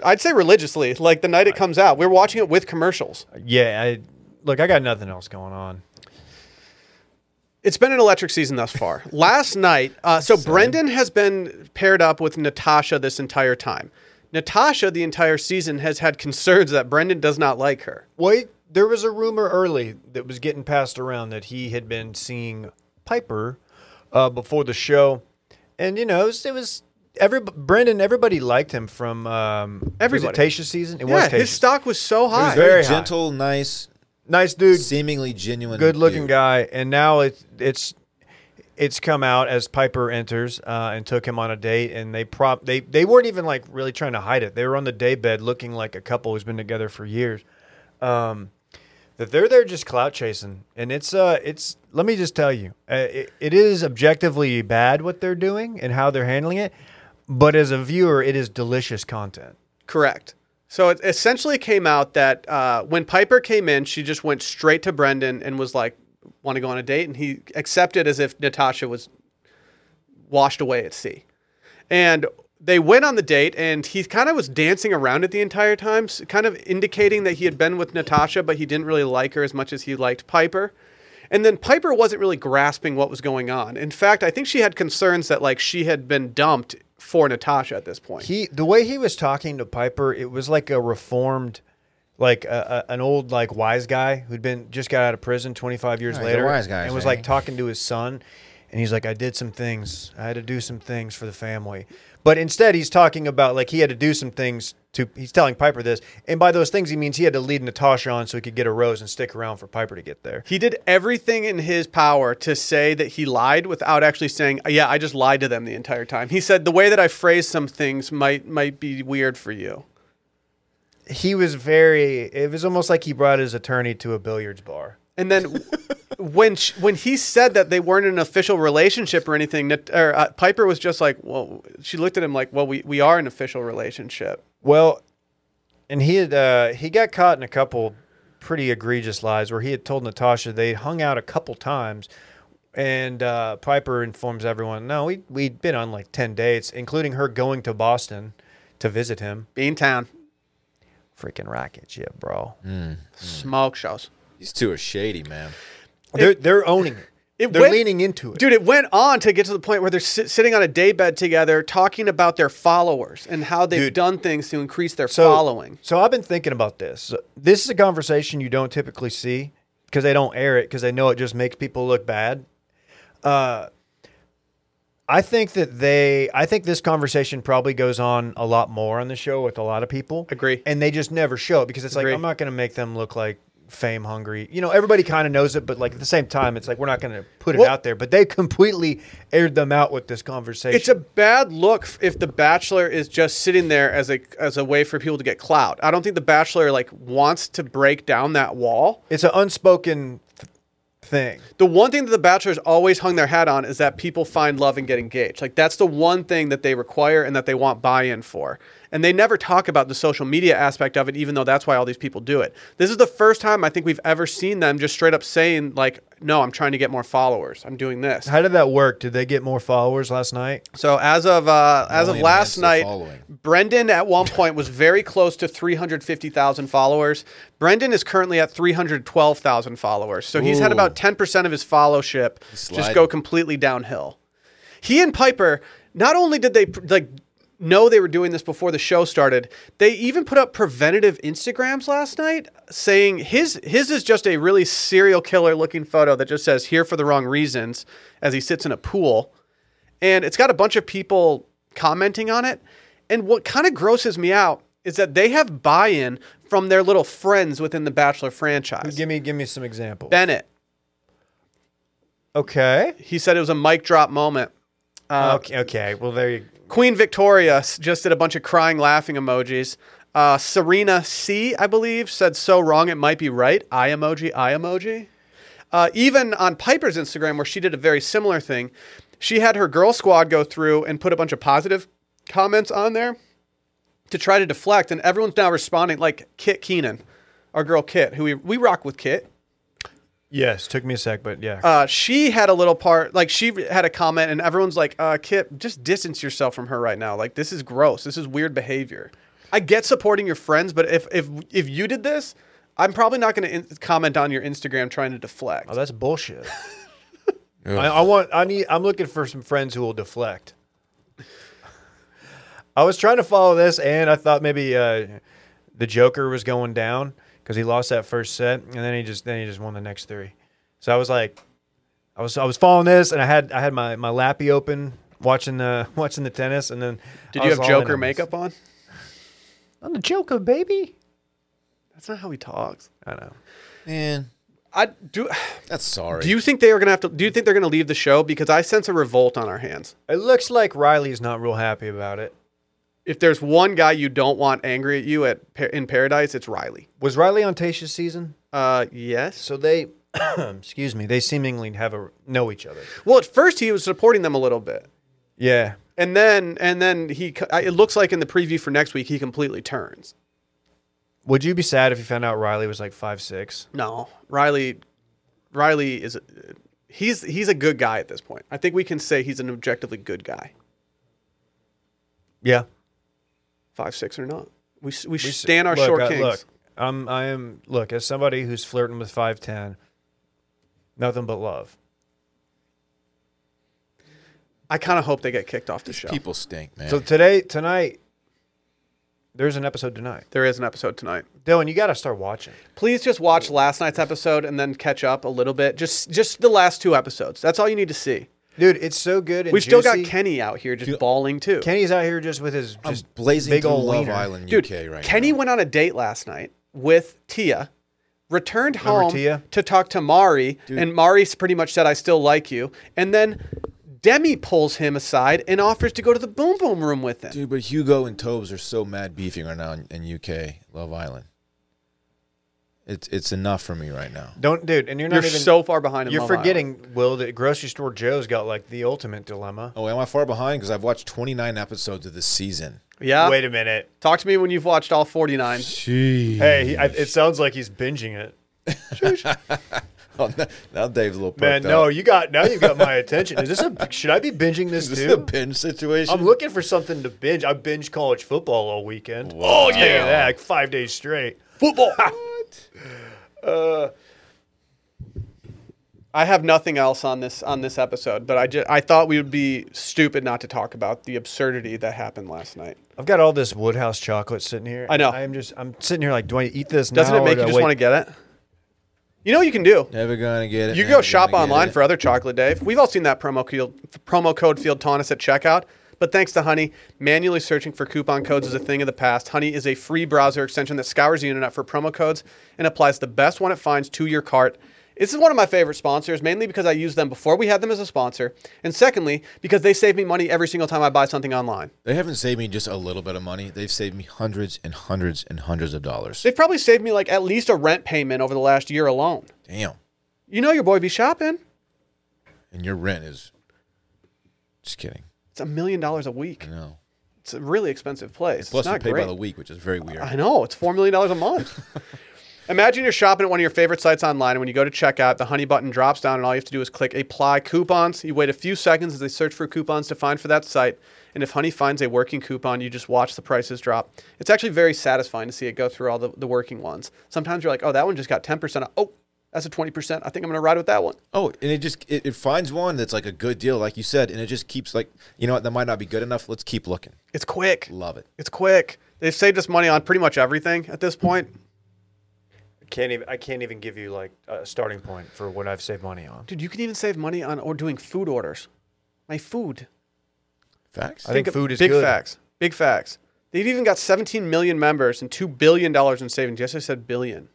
A: I'd say religiously. Like the night it comes out, we're watching it with commercials.
B: yeah. I, look, I got nothing else going on.
A: It's been an electric season thus far. Last night, uh, so Brendan has been paired up with Natasha this entire time. Natasha, the entire season, has had concerns that Brendan does not like her.
B: Wait, there was a rumor early that was getting passed around that he had been seeing Piper uh, before the show, and you know it was, it was every Brendan. Everybody liked him from um, was it
A: Everybody.
B: Tasha's season. It was
A: yeah,
B: Tasha's.
A: his stock was so high.
B: very
C: Very
B: high.
C: gentle, nice,
B: nice dude,
C: seemingly genuine.
B: good looking
C: dude.
B: guy, and now it's it's it's come out as Piper enters uh, and took him on a date, and they prop they they weren't even like really trying to hide it. They were on the daybed looking like a couple who's been together for years. Um, that they're there just clout chasing, and it's uh it's let me just tell you, uh, it, it is objectively bad what they're doing and how they're handling it, but as a viewer, it is delicious content.
A: Correct. So it essentially came out that uh, when Piper came in, she just went straight to Brendan and was like, "Want to go on a date?" And he accepted as if Natasha was washed away at sea. And they went on the date, and he kind of was dancing around it the entire time, s- kind of indicating that he had been with Natasha, but he didn't really like her as much as he liked Piper. And then Piper wasn't really grasping what was going on. In fact, I think she had concerns that like she had been dumped for Natasha at this point.
B: he the way he was talking to Piper, it was like a reformed, like a, a- an old like wise guy who'd been just got out of prison twenty five years
C: Oh, he's a
B: later,
C: wise guy,
B: and was
C: eh?
B: like talking to his son, and he's like, I did some things, I had to do some things for the family, but instead he's talking about like he had to do some things to he's telling Piper this, and by those things he means he had to lead Natasha on so he could get a rose and stick around for Piper to get there.
A: He did everything in his power to say that he lied without actually saying, "Yeah, I just lied to them the entire time." He said, "The way that I phrased some things might might be weird for you."
B: He was very, it was almost like he brought his attorney to a billiards bar.
A: And then when sh when he said that they weren't in an official relationship or anything, Nat- or, uh, Piper was just like, "Well," she looked at him like, "Well, we, we are in an official relationship."
B: Well, and he had uh, he got caught in a couple pretty egregious lies where he had told Natasha they hung out a couple times, and uh, Piper informs everyone, "No, we we'd been on like ten dates, including her going to Boston to visit him."
A: Bean Town
B: Freaking rocket ship, bro.
A: smoke shows.
C: These two are shady, man.
B: They're they're owning it.
A: it
B: they're
A: went-
B: leaning into it.
A: Dude, it went on to get to the point where they're sit- sitting on a daybed together talking about their followers and how they've
B: Dude.
A: done things to increase their
B: so,
A: following.
B: So I've been thinking about this. This is a conversation you don't typically see because they don't air it because they know it just makes people look bad. Uh, I think that they. I think this conversation probably goes on a lot more on the show with a lot of people.
A: Agree.
B: And they just never show it because it's
A: Agree.
B: like I'm not going to make them look like fame hungry. You know, everybody kind of knows it, but like at the same time, it's like we're not going to put it
A: Well-
B: out there. But they completely aired them out with this conversation.
A: It's a bad look f- if the Bachelor is just sitting there as a as a way for people to get clout. I don't think the Bachelor like wants to break down that wall.
B: it's an unspoken th- thing.
A: The one thing that the Bachelor's always hung their hat on is that people find love and get engaged. Like that's the one thing that they require and that they want buy-in for. And they never talk about the social media aspect of it, even though that's why all these people do it. This is the first time I think we've ever seen them just straight up saying like, "No, I'm trying to get more followers. I'm doing this."
B: How did that work? Did they get more followers last night?
A: So as of uh, as of
C: Only enhance
A: last
C: the
A: night,
C: following.
A: Brendan at one point was very close to 350,000 followers. Brendan is currently at 312,000 followers. So he's had
C: Ooh.
A: about 10% of his followership just
C: sliding.
A: go completely downhill. He and Piper, not only did they pr- like know they were doing this before the show started, they even put up preventative Instagrams last night saying his his is just a really serial killer looking photo that just says here for the wrong reasons as he sits in a pool and it's got a bunch of people commenting on it. And what kind of grosses me out is that they have buy-in from their little friends within the Bachelor franchise.
B: Give me give me some examples.
A: Bennett,
B: okay.
A: he said it was a mic drop moment.
B: okay. Okay. Well, there you.
A: Queen Victoria s- just did a bunch of crying, laughing emojis. Uh, Serena C, I believe, said so wrong it might be right. I emoji, I emoji. Uh, even on Piper's Instagram, where she did a very similar thing, she had her girl squad go through and put a bunch of positive comments on there to try to deflect, and everyone's now responding like Kit Keenan, our girl Kit, who we, we rock with Kit
B: Yes. Took me a sec, but yeah.
A: uh, she had a little part, like she had a comment, and everyone's like, uh, "Kip, just distance yourself from her right now. Like this is gross. This is weird behavior." I get supporting your friends, but if if if you did this, I'm probably not going to in- comment on your Instagram trying to deflect.
B: oh, that's bullshit. I, I want. I need. I'm looking for some friends who will deflect. I was trying to follow this, and I thought maybe uh, the Joker was going down because he lost that first set, and then he just then he just won the next three. So I was like, I was I was following this, and I had I had my my lappy open watching the watching the tennis, and then
A: Did
B: I
A: you
B: was
A: have
B: all in
A: Joker
B: on this.
A: makeup on?
B: I'm the Joker, baby.
A: That's not how he talks.
B: I know.
C: Man,
A: I do.
C: that's sorry.
A: Do you think they are going to have to? Do you think they're going to leave the show? Because I sense a revolt on our hands.
B: It looks like Riley's not real happy about it.
A: If there's one guy you don't want angry at you at par- in Paradise, it's Riley.
B: Was Riley on Tasha's season?
A: Uh, yes.
B: So they, excuse me, they seemingly have a know each other.
A: Well, at first he was supporting them a little bit.
B: Yeah.
A: And then and then he co- I- it looks like in the preview for next week he completely turns.
B: Would you be sad if you found out Riley was like five six?
A: No, Riley Riley is he's he's a good guy at this point. I think we can say he's an objectively good guy.
B: Yeah.
A: 5 6 or not. We s- we, stand our
B: Look,
A: short
B: I-
A: kings.
B: Look, I'm, I am. Look, as somebody who's flirting with five ten, nothing but love.
A: I kind of hope they get kicked off the show.
C: People stink, man.
B: So today, tonight, there's an episode tonight.
A: There is an episode tonight.
B: Dylan, you got to start watching.
A: Please just watch last night's episode and then catch up a little bit. Just just the last two episodes. That's all you need to see.
B: Dude, it's so good. And
A: We've still got
B: juicy.
A: Kenny out here just bawling too.
B: Kenny's out here just with his
C: I'm
B: just
C: blazing
B: big
C: through
B: old
C: Love
B: wiener.
C: Island
A: Dude,
C: UK right
A: Kenny
C: now.
A: went on a date last night with Tia, returned home
B: Tia?
A: to talk to Mari, and Mari s- pretty much said, I still like you. And then Demi pulls him aside and offers to go to the boom boom room with him.
C: Dude, but Hugo and Tobes are so mad beefing right now in, in UK Love Island. It's it's enough for me right now.
B: Don't, dude. And you're not
A: You're
B: even
A: so far behind. In
B: You're
A: Love Island.
B: forgetting, Will, that grocery store Joe's got like the ultimate dilemma.
C: Oh, am I far behind? Because I've watched 29 episodes of this season.
A: Yeah.
B: Wait a minute.
A: Talk to me when you've watched all 49.
C: Gee.
B: Hey, he, I, it sounds like he's binging it.
C: Oh, no- now Dave's a little perked
B: Man,
C: up.
B: no, you got now. You got my attention. Is this a? Should I be binging this
C: Is this a
B: too?
C: binge situation?
B: I'm looking for something to binge. I binge college football all weekend.
C: Wow.
B: Oh yeah, that, like five days straight. Football.
A: I have nothing else on this on this episode, but I just I thought we would be stupid not to talk about the absurdity that happened last night.
B: I've got all this Woodhouse chocolate sitting here.
A: I know.
B: I'm just. I'm sitting here like, do I eat this?
A: Doesn't
B: now
A: it
B: or
A: make
B: do
A: you
B: I
A: just
B: wait?
A: want to get it? You know what you can do.
C: Never gonna get it.
A: You
C: never
A: go shop
C: gonna get
A: online
C: it.
A: for other chocolate, Dave. We've all seen that promo code, promo code Field Taunus at checkout. But thanks to Honey, manually searching for coupon codes is a thing of the past. Honey is a free browser extension that scours the internet for promo codes and applies the best one it finds to your cart. This is one of my favorite sponsors, mainly because I used them before we had them as a sponsor, and secondly, because they save me money every single time I buy something online.
C: They haven't saved me just a little bit of money. They've saved me hundreds and hundreds and hundreds of dollars.
A: They've probably saved me like at least a rent payment over the last year alone.
C: Damn.
A: You know your boy be shopping.
C: And your rent is. Just kidding.
A: It's a million dollars a week.
C: No.
A: It's a really expensive place.
C: Plus,
A: it's
C: you
A: not
C: pay
A: great.
C: by the week, which is very weird.
A: I know it's four million dollars a month. Imagine you're shopping at one of your favorite sites online, and when you go to checkout, the honey button drops down, and all you have to do is click apply coupons. You wait a few seconds as they search for coupons to find for that site, and if honey finds a working coupon, you just watch the prices drop. It's actually very satisfying to see it go through all the, the working ones. Sometimes you're like, oh, that one just got 10%. off. Oh, that's a 20%. I think I'm going to ride with that one.
C: Oh, and it just it, it finds one that's like a good deal, like you said, and it just keeps like you know what that might not be good enough. Let's keep looking.
A: It's quick.
C: Love it.
A: It's quick. They've saved us money on pretty much everything at this point.
B: Can't even. I can't even give you like a starting point for what I've saved money on.
A: Dude, you can even save money on or doing food orders. My food.
C: Facts.
B: I think food is
A: big
B: good.
A: facts. Big facts. They've even got 17 million members and two billion dollars in savings. Yes, I said billion.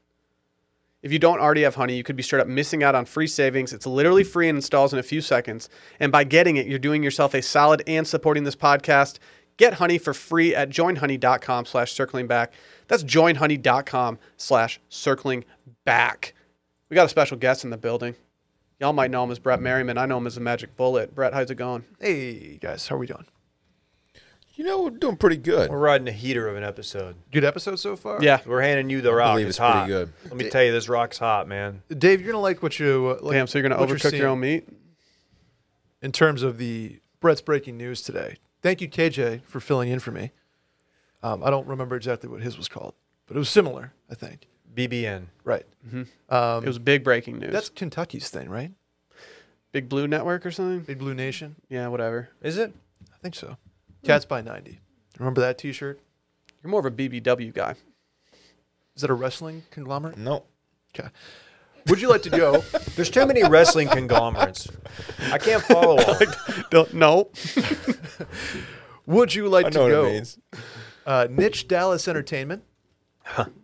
A: If you don't already have Honey, you could be straight up missing out on free savings. It's literally free and installs in a few seconds. And by getting it, you're doing yourself a solid and supporting this podcast. Get Honey for free at joinhoney.com slash circling back. That's joinhoney.com slash circling back. We got a special guest in the building. Y'all might know him as Brett Merriman. I know him as the Magic Bullet. Brett, how's it going?
F: Hey guys, how are we doing?
C: you know we're doing pretty good.
B: We're riding the heater of an episode.
F: Good episode so far.
A: Yeah.
B: We're handing you the rock.
C: believe it's pretty
B: hot.
C: good.
B: Let me tell you, this rock's hot, man.
F: Dave, you're gonna like what you uh, like
A: Damn, so you're going to
F: what
A: overcook
F: seeing
A: your own meat?
F: in terms of the Brett's breaking news today. Thank you, KJ, for filling in for me. Um, I don't remember exactly what his was called, but it was similar, I think.
B: BBN.
F: Right.
A: Mm-hmm.
F: Um,
A: It was big breaking news.
F: That's Kentucky's thing, right?
A: Big Blue Network or something.
F: Big Blue Nation.
A: Yeah, whatever.
B: Is it?
F: I think so. Cats by ninety. Remember that T-shirt?
A: You're more of a BBW guy.
F: Is that a wrestling conglomerate?
C: No.
A: Mm-hmm.
F: Okay. Would you like to go?
B: There's too many wrestling conglomerates. I can't follow all.
A: no.
F: Would you like
C: I
F: to
C: know what
F: go?
C: it means.
F: Uh, niche Dallas Entertainment,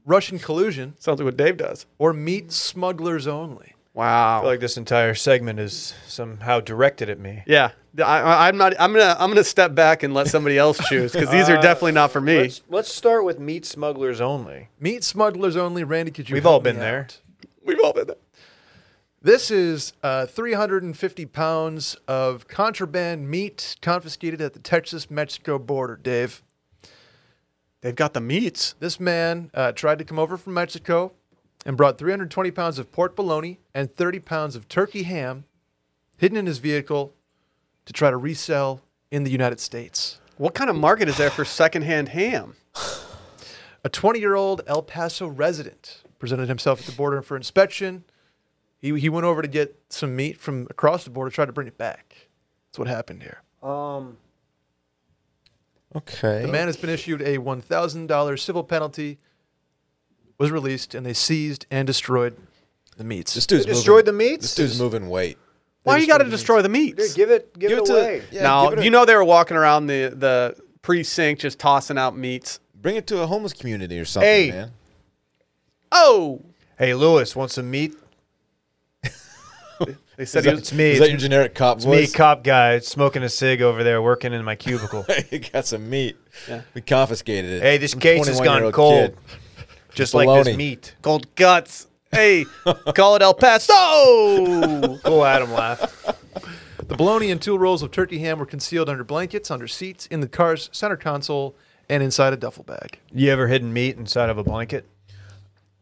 F: Russian collusion,
A: Sounds like what Dave does.
F: or meat smugglers only.
A: Wow.
B: I feel like this entire segment is somehow directed at me.
A: yeah, I- I, I'm not. I'm gonna. I'm gonna step back and let somebody else choose because these are definitely not for me.
B: Let's, let's start with meat smugglers only.
F: Meat smugglers only. Randy, could you?
B: We've all
F: help me
B: been there.
F: out?
A: We've all been there.
F: This is uh, 350 pounds of contraband meat confiscated at the Texas-Mexico border. Dave,
A: They've got the meats.
F: this man uh, tried to come over from Mexico and brought 320 pounds of pork bologna and 30 pounds of turkey ham hidden in his vehicle to try to resell in the United States.
A: What kind of market is there for secondhand ham?
F: A 20 year old El Paso resident presented himself at the border for inspection. He, he went over to get some meat from across the border, tried to bring it back. That's what happened here.
B: Um,
C: Okay.
F: The man has been issued a $1,000 civil penalty, was released, and they seized and destroyed the meats.
C: this dude's
B: They destroyed
C: moving-
B: the meats?
C: This dude's moving weight.
A: Why you got to
F: destroy the
A: destroy the meats?
B: give it, give, it, away.
C: yeah,
A: no,
C: give it a-
A: you know they were walking around the the precinct just tossing out meats.
C: Bring it to a homeless community or something,
B: Hey.
C: man.
A: Oh,
B: Hey, Lewis, want some meat?
A: they said
C: Is
A: he
C: that-
A: was.
B: it's me.
C: Is that your generic cop
B: It's me,
C: voice?
B: cop guy, smoking a cig over there, working in my cubicle.
C: you got some meat.
A: Yeah.
C: We confiscated it.
B: Hey, this
C: Some
B: case has gone
C: 21-year-old
B: cold.
C: kid.
B: just like
C: Baloney.
B: this meat.
A: Cold guts. Hey, call it El Paso.
B: Cool, Adam laughed.
F: The bologna and two rolls of turkey ham were concealed under blankets, under seats, in the car's center console, and inside a duffel bag.
B: You ever hidden meat inside of a blanket?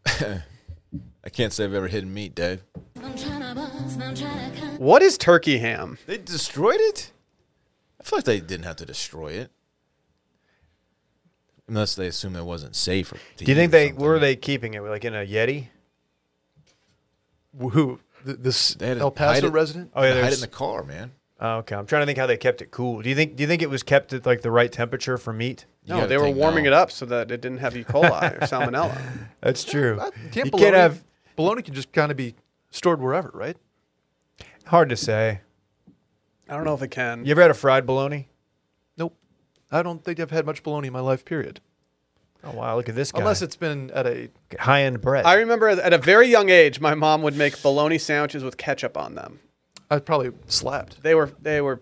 C: I can't say I've ever hidden meat, Dave.
E: I'm tryna bust, I'm tryna cut.
A: what is turkey ham?
C: They destroyed it? I feel like they didn't have to destroy it. Unless they assumed it wasn't safe. or to
B: Do you think
C: eat
B: they
C: something.
B: were they keeping it like in a Yeti?
F: Who? th- This
C: They had to
F: El
C: hide
F: Paso
C: it.
F: resident?
B: Oh yeah,
C: Hide it in
B: there's.
C: the car, man.
B: oh, okay, I'm trying to think how they kept it cool. Do you think? Do you think it was kept at like the right temperature for meat?
C: You
A: No,
C: gotta
A: they were
C: think
A: warming
C: no.
A: it up so that it didn't have E. coli or salmonella.
B: That's true.
F: I
B: You
F: can't,
B: can't have.
F: bologna can just kind of be stored wherever, right?
B: Hard to say.
A: I don't know if it can.
B: You ever had a fried bologna?
F: Nope. I don't think I've had much bologna in my life, period.
B: Oh wow, look at this guy.
F: Unless it's been at a.
B: high end bread.
A: I remember at a very young age, my mom would make bologna sandwiches with ketchup on them.
F: I probably slapped.
A: They were they were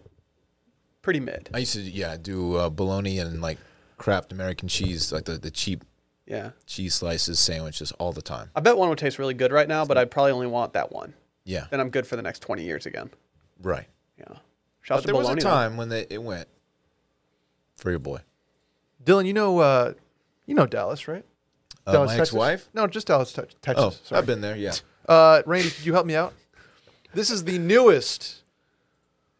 A: pretty mid.
C: I used to, yeah, do uh, bologna and like Kraft American cheese, like the, the cheap
A: Yeah,
C: cheese slices sandwiches all the time.
A: I bet one would taste really good right now, but I'd probably only want that one.
C: Yeah,
A: Then I'm good for the next 20 years again.
C: right.
A: Yeah.
C: But
A: Shouts to
C: there was a
A: bologna. though.
C: time when they, it went for your boy.
F: Dylan, you know, uh, you know Dallas, right?
C: Uh,
F: Dallas,
C: my
F: Texas.
C: ex-wife?
F: No, just Dallas, Tex- Texas.
C: Oh,
F: sorry.
C: I've been there, yeah.
F: Uh, Randy, could you help me out? This is the newest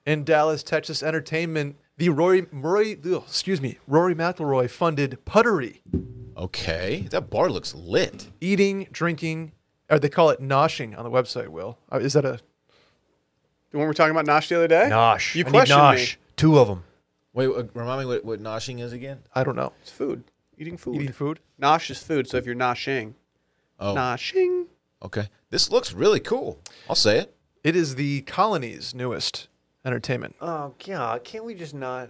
F: in Dallas, Texas entertainment. The Rory, Rory ugh, excuse me, Rory McIlroy funded puttery,
C: Okay. That bar looks lit.
F: eating, drinking, or they call it noshing on the website. Will Uh, is that a?
A: When we were talking about Nosh the other day?
B: Nosh.
A: You
B: I need
A: questioned
B: nosh.
A: me.
B: Two of them.
C: Wait, uh, remind me what, what noshing is again?
F: I don't know.
A: It's food. Eating food.
F: Eating food.
A: Nosh is food. So if you're noshing,
C: Oh,
A: noshing.
C: okay. This looks really cool. I'll say it.
F: It is the colony's newest entertainment.
B: Oh god, can't we just not?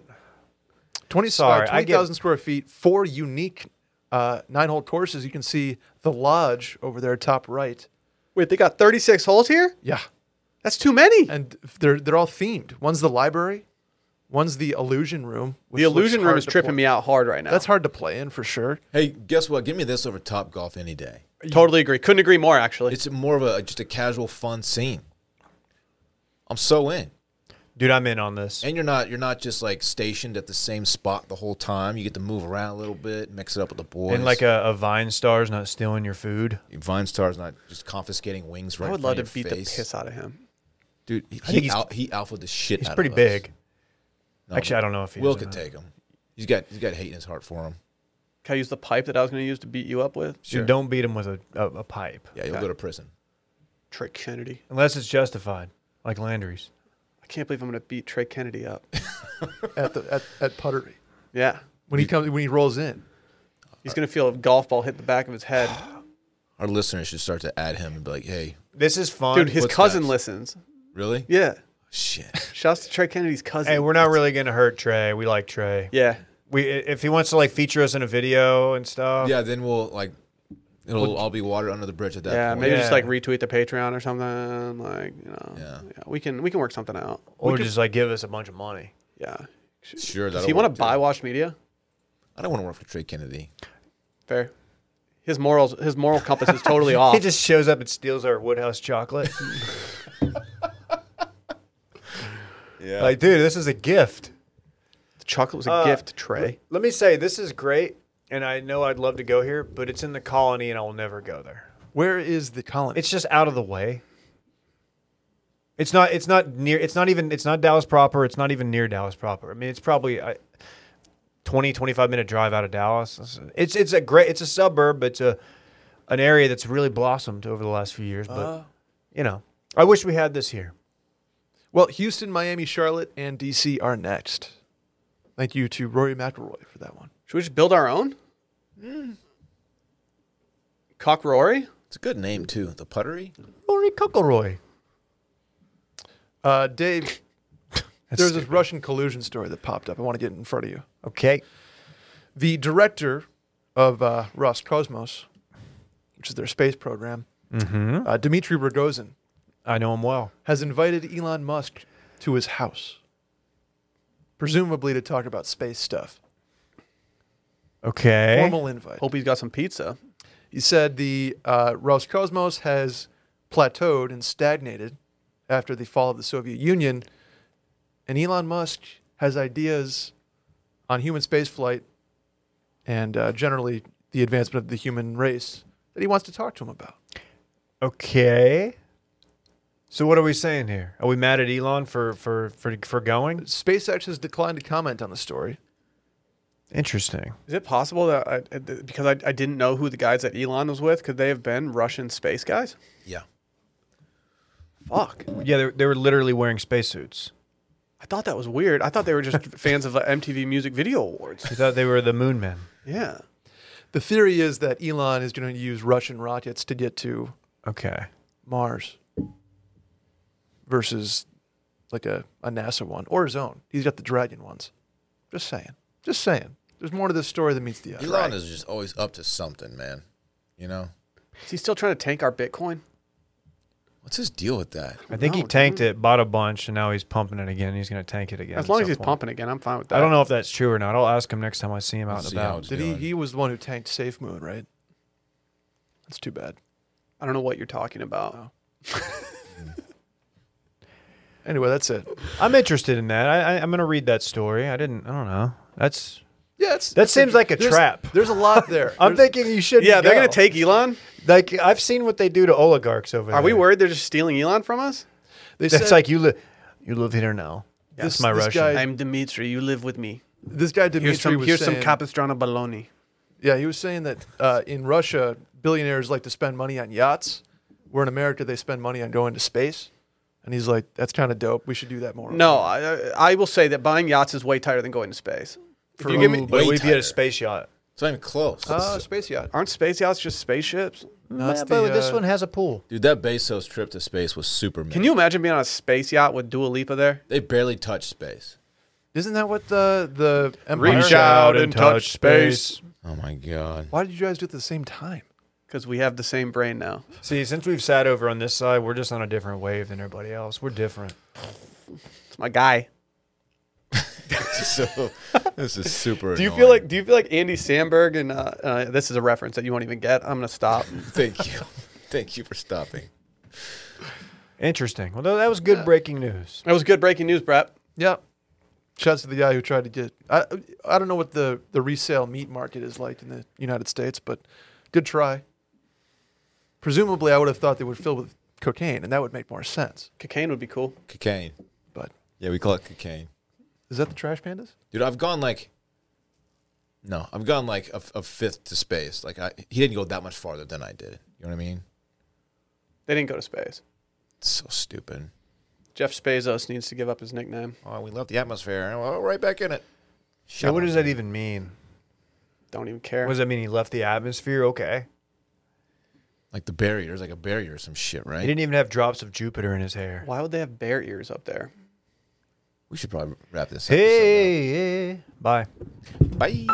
F: 20
B: Sorry,
F: uh,
B: I
F: 20,000
B: get-
F: square feet, four unique uh, nine hole courses. You can see the lodge over there, top right.
A: Wait, they got 36 holes here?
F: Yeah.
A: That's too many.
F: And they're, they're all themed. One's the library, one's the illusion room.
A: the illusion room is tripping me out hard right now.
F: That's hard to play in for sure.
C: Hey, guess what? Give me this over Top Golf any day.
A: Totally agree. Couldn't agree more, actually.
C: It's more of a just a casual fun scene. I'm so in.
B: Dude, I'm in on this.
C: And you're not you're not just like stationed at the same spot the whole time. You get to move around a little bit, mix it up with the boys.
B: And like a, a Vine star's not stealing your food.
C: Vine Star's not just confiscating wings right.
A: I
C: in
A: would love
C: front
A: to
C: of
A: beat
C: your
A: the
C: face.
A: piss out of him.
C: Dude, he,
B: think
C: he,
B: he's-
C: al- he alphaed the shit.
B: He's
C: out
B: pretty
C: of us.
B: big.
C: No,
B: Actually,
C: no.
B: I don't know if he
C: Will
B: is or
C: could
B: not.
C: take him. He's got he's got hate in his heart for him.
A: Can I use the pipe that I was going to use to beat you up with?
B: Dude, don't beat him with a, a, a pipe.
C: Yeah, he'll go to prison.
A: Trey Kennedy.
B: Unless it's justified, like Landry's.
A: I can't believe I'm going to beat Trey Kennedy up.
F: at the at, at puttery
A: yeah.
F: when he comes when he rolls in.
A: He's going to feel a golf ball hit the back of his head.
C: Our listeners should start to add him and be like, "Hey,
B: This is fun.
A: Dude, his
C: what's
A: cousin
C: that?
A: listens.
C: really?
A: Yeah.
C: Shit."
A: Shouts to Trey Kennedy's cousin.
B: hey, we're not really going to hurt Trey. We like Trey.
A: yeah.
B: We, if he wants to like feature us in a video and
A: Oh.
B: stuff.
C: yeah, then we'll like it'll all be water under the bridge at that
A: Yeah,
C: point.
A: maybe just
B: Yeah.
A: like retweet the Patreon or something. Like, you know,
C: Yeah.
A: we can we can work something out.
B: Or just like give us a bunch of money.
A: Yeah,
C: Sure,
A: Does
C: that'll
A: he want
C: work,
A: to buy
C: too.
A: Wash Media?
C: I don't want to work for Trey Kennedy.
A: Fair. His morals, his moral compass is totally off.
B: He just shows up and steals our Woodhouse chocolate.
C: Yeah.
B: like, dude, this is a gift.
A: the chocolate was a
B: Uh,
A: gift, Trey.
B: Let me say this is great, and I know I'd love to go here, but it's in the colony, and I'll never go there.
F: Where is the colony?
B: It's just out of the way. It's not. It's not near. It's not even. It's not Dallas proper. It's not even near Dallas proper. I mean, it's probably a 20, 25 minute drive out of Dallas. It's it's a great. It's a suburb. It's a an area that's really blossomed over the last few years. But you know, I wish we had this here.
F: well, Houston, Miami, Charlotte, and DC are next. Thank you to Rory McIlroy for that one.
A: Should we just build our own? Cock Rory?
C: It's a good name too. The puttery?
B: Rory Cuckleroy.
F: Uh, Dave, there's this Russian collusion story that popped up. I want to get it in front of you.
B: Okay.
F: The director of uh, Roscosmos, which is their space program, uh, Dmitry Rogozin,
B: I know him well.
F: has invited Elon Musk to his house, presumably to talk about space stuff.
B: Okay. Eh?
F: Formal invite.
A: Hope he's got some pizza.
F: You said the uh, Roscosmos has plateaued and stagnated after the fall of the Soviet Union, and Elon Musk has ideas on human spaceflight and uh, generally the advancement of the human race that he wants to talk to him about.
B: Okay. So what are we saying here? Are we mad at Elon for for for, for going?
F: SpaceX has declined to comment on the story.
B: Interesting.
A: Is it possible that I, I- th- because I, I didn't know who the guys that Elon was with, could they have been Russian space guys?
C: Yeah.
A: Fuck.
B: Yeah, they, they were literally wearing spacesuits.
A: I thought that was weird. I thought they were just fans of uh, MTV Music Video Awards.
B: I thought they were the moon men.
A: Yeah.
F: The theory is that Elon is going to use Russian rockets to get to
B: Okay.
F: Mars versus like a, a NASA one or his own. He's got the Dragon ones. Just saying. Just saying. There's more to this story than meets the eye.
C: Elon is just always up to something, man. You know?
A: Is he still trying to tank our Bitcoin?
C: What's his deal with that?
B: I think he tanked it, bought a bunch, and now he's pumping it again. He's going to tank it again.
A: As
B: at
A: long as
B: some
A: he's
B: point.
A: pumping again, I'm fine with that.
B: I don't know if that's true or not. I'll ask him next time I see him out
C: Let's
B: and
C: see how
B: about.
C: it's
F: Did he?
C: doing.
F: He was the one who tanked Safe Moon, right? That's too bad.
A: I don't know what you're talking about.
F: Anyway, that's it.
B: I'm interested in that. I, I, I'm going to read that story. I didn't. I don't know. That's.
F: Yeah, it's,
B: That
F: it's
B: seems like a
F: there's-
B: trap.
F: There's a lot there.
B: I'm
F: There's-
B: thinking you should.
A: Yeah, they're
B: going
A: gonna take Elon.
B: Like I've seen what they do to oligarchs over there.
A: Are we worried they're just stealing Elon from us?
F: they
B: It's
F: said
B: like you live. You live here now.
F: this,
B: That's my
F: this
B: Russian.
F: guy,
A: I'm Dimitri. You live with me.
F: this guy Dimitri
A: Here's some
F: was
A: here's
F: saying,
A: some Capistrano baloney.
F: Yeah, he was saying that uh, in Russia, billionaires like to spend money on yachts, where in America they spend money on going to space. And he's like, that's kind of dope. We should do that more.
A: No, I, I I will say that buying yachts is way tighter than going to space. If you give me,
C: Way
B: But we'd be at
C: tighter.
B: a space yacht.
C: It's not even close.
F: Uh, space yacht.
A: aren't space yachts just spaceships?
F: No, it's
B: Yeah,
F: the,
B: but this
F: uh,
B: one has a pool.
C: Dude, that Bezos trip to space was super.
A: Can you imagine being on a space yacht with Dua Lipa there?
C: They barely touched space.
F: Isn't that what the the Empire?
A: Reach out and touch space.
C: Oh my god.
F: Why did you guys do it at the same time?
A: Because we have the same brain now.
B: See, since we've sat over on this side, we're just on a different wave than everybody else. We're different.
A: It's my guy.
C: so this is super.
A: Do you feel like Do you feel like Andy Sandberg and uh, uh, this is a reference that you won't even get? I'm gonna stop.
C: Thank you, thank you for stopping.
B: Interesting. Well, tho- that was good breaking news.
A: That was good breaking news, Brett.
F: Yeah. Shouts to the guy who tried to get. I I don't know what the the resale meat market is like in the United States, but good try. Presumably, I would have thought they would fill with cocaine, and that would make more sense.
A: Cocaine would be cool.
C: Cocaine.
F: But
C: Yeah, we call it cocaine.
F: is that the trash pandas?
C: Dude, I've gone like. No, I've gone like a, a fifth to space. Like I, he didn't go that much farther than I did. You know what I mean?
A: They didn't go to space.
C: It's so stupid.
A: Jeff Bezos needs to give up his nickname.
C: Oh, we left the atmosphere. and we're right back in it.
B: So what does that even mean?
A: Don't even care.
B: What does that mean? He left the atmosphere? Okay.
C: Like the barrier. There's like a barrier or some shit,
B: He
C: right?
B: didn't even have drops of Jupiter in his hair.
A: Why would they have bear ears up there?
C: We should probably wrap this up.
B: Hey, hey. Bye.
C: Bye.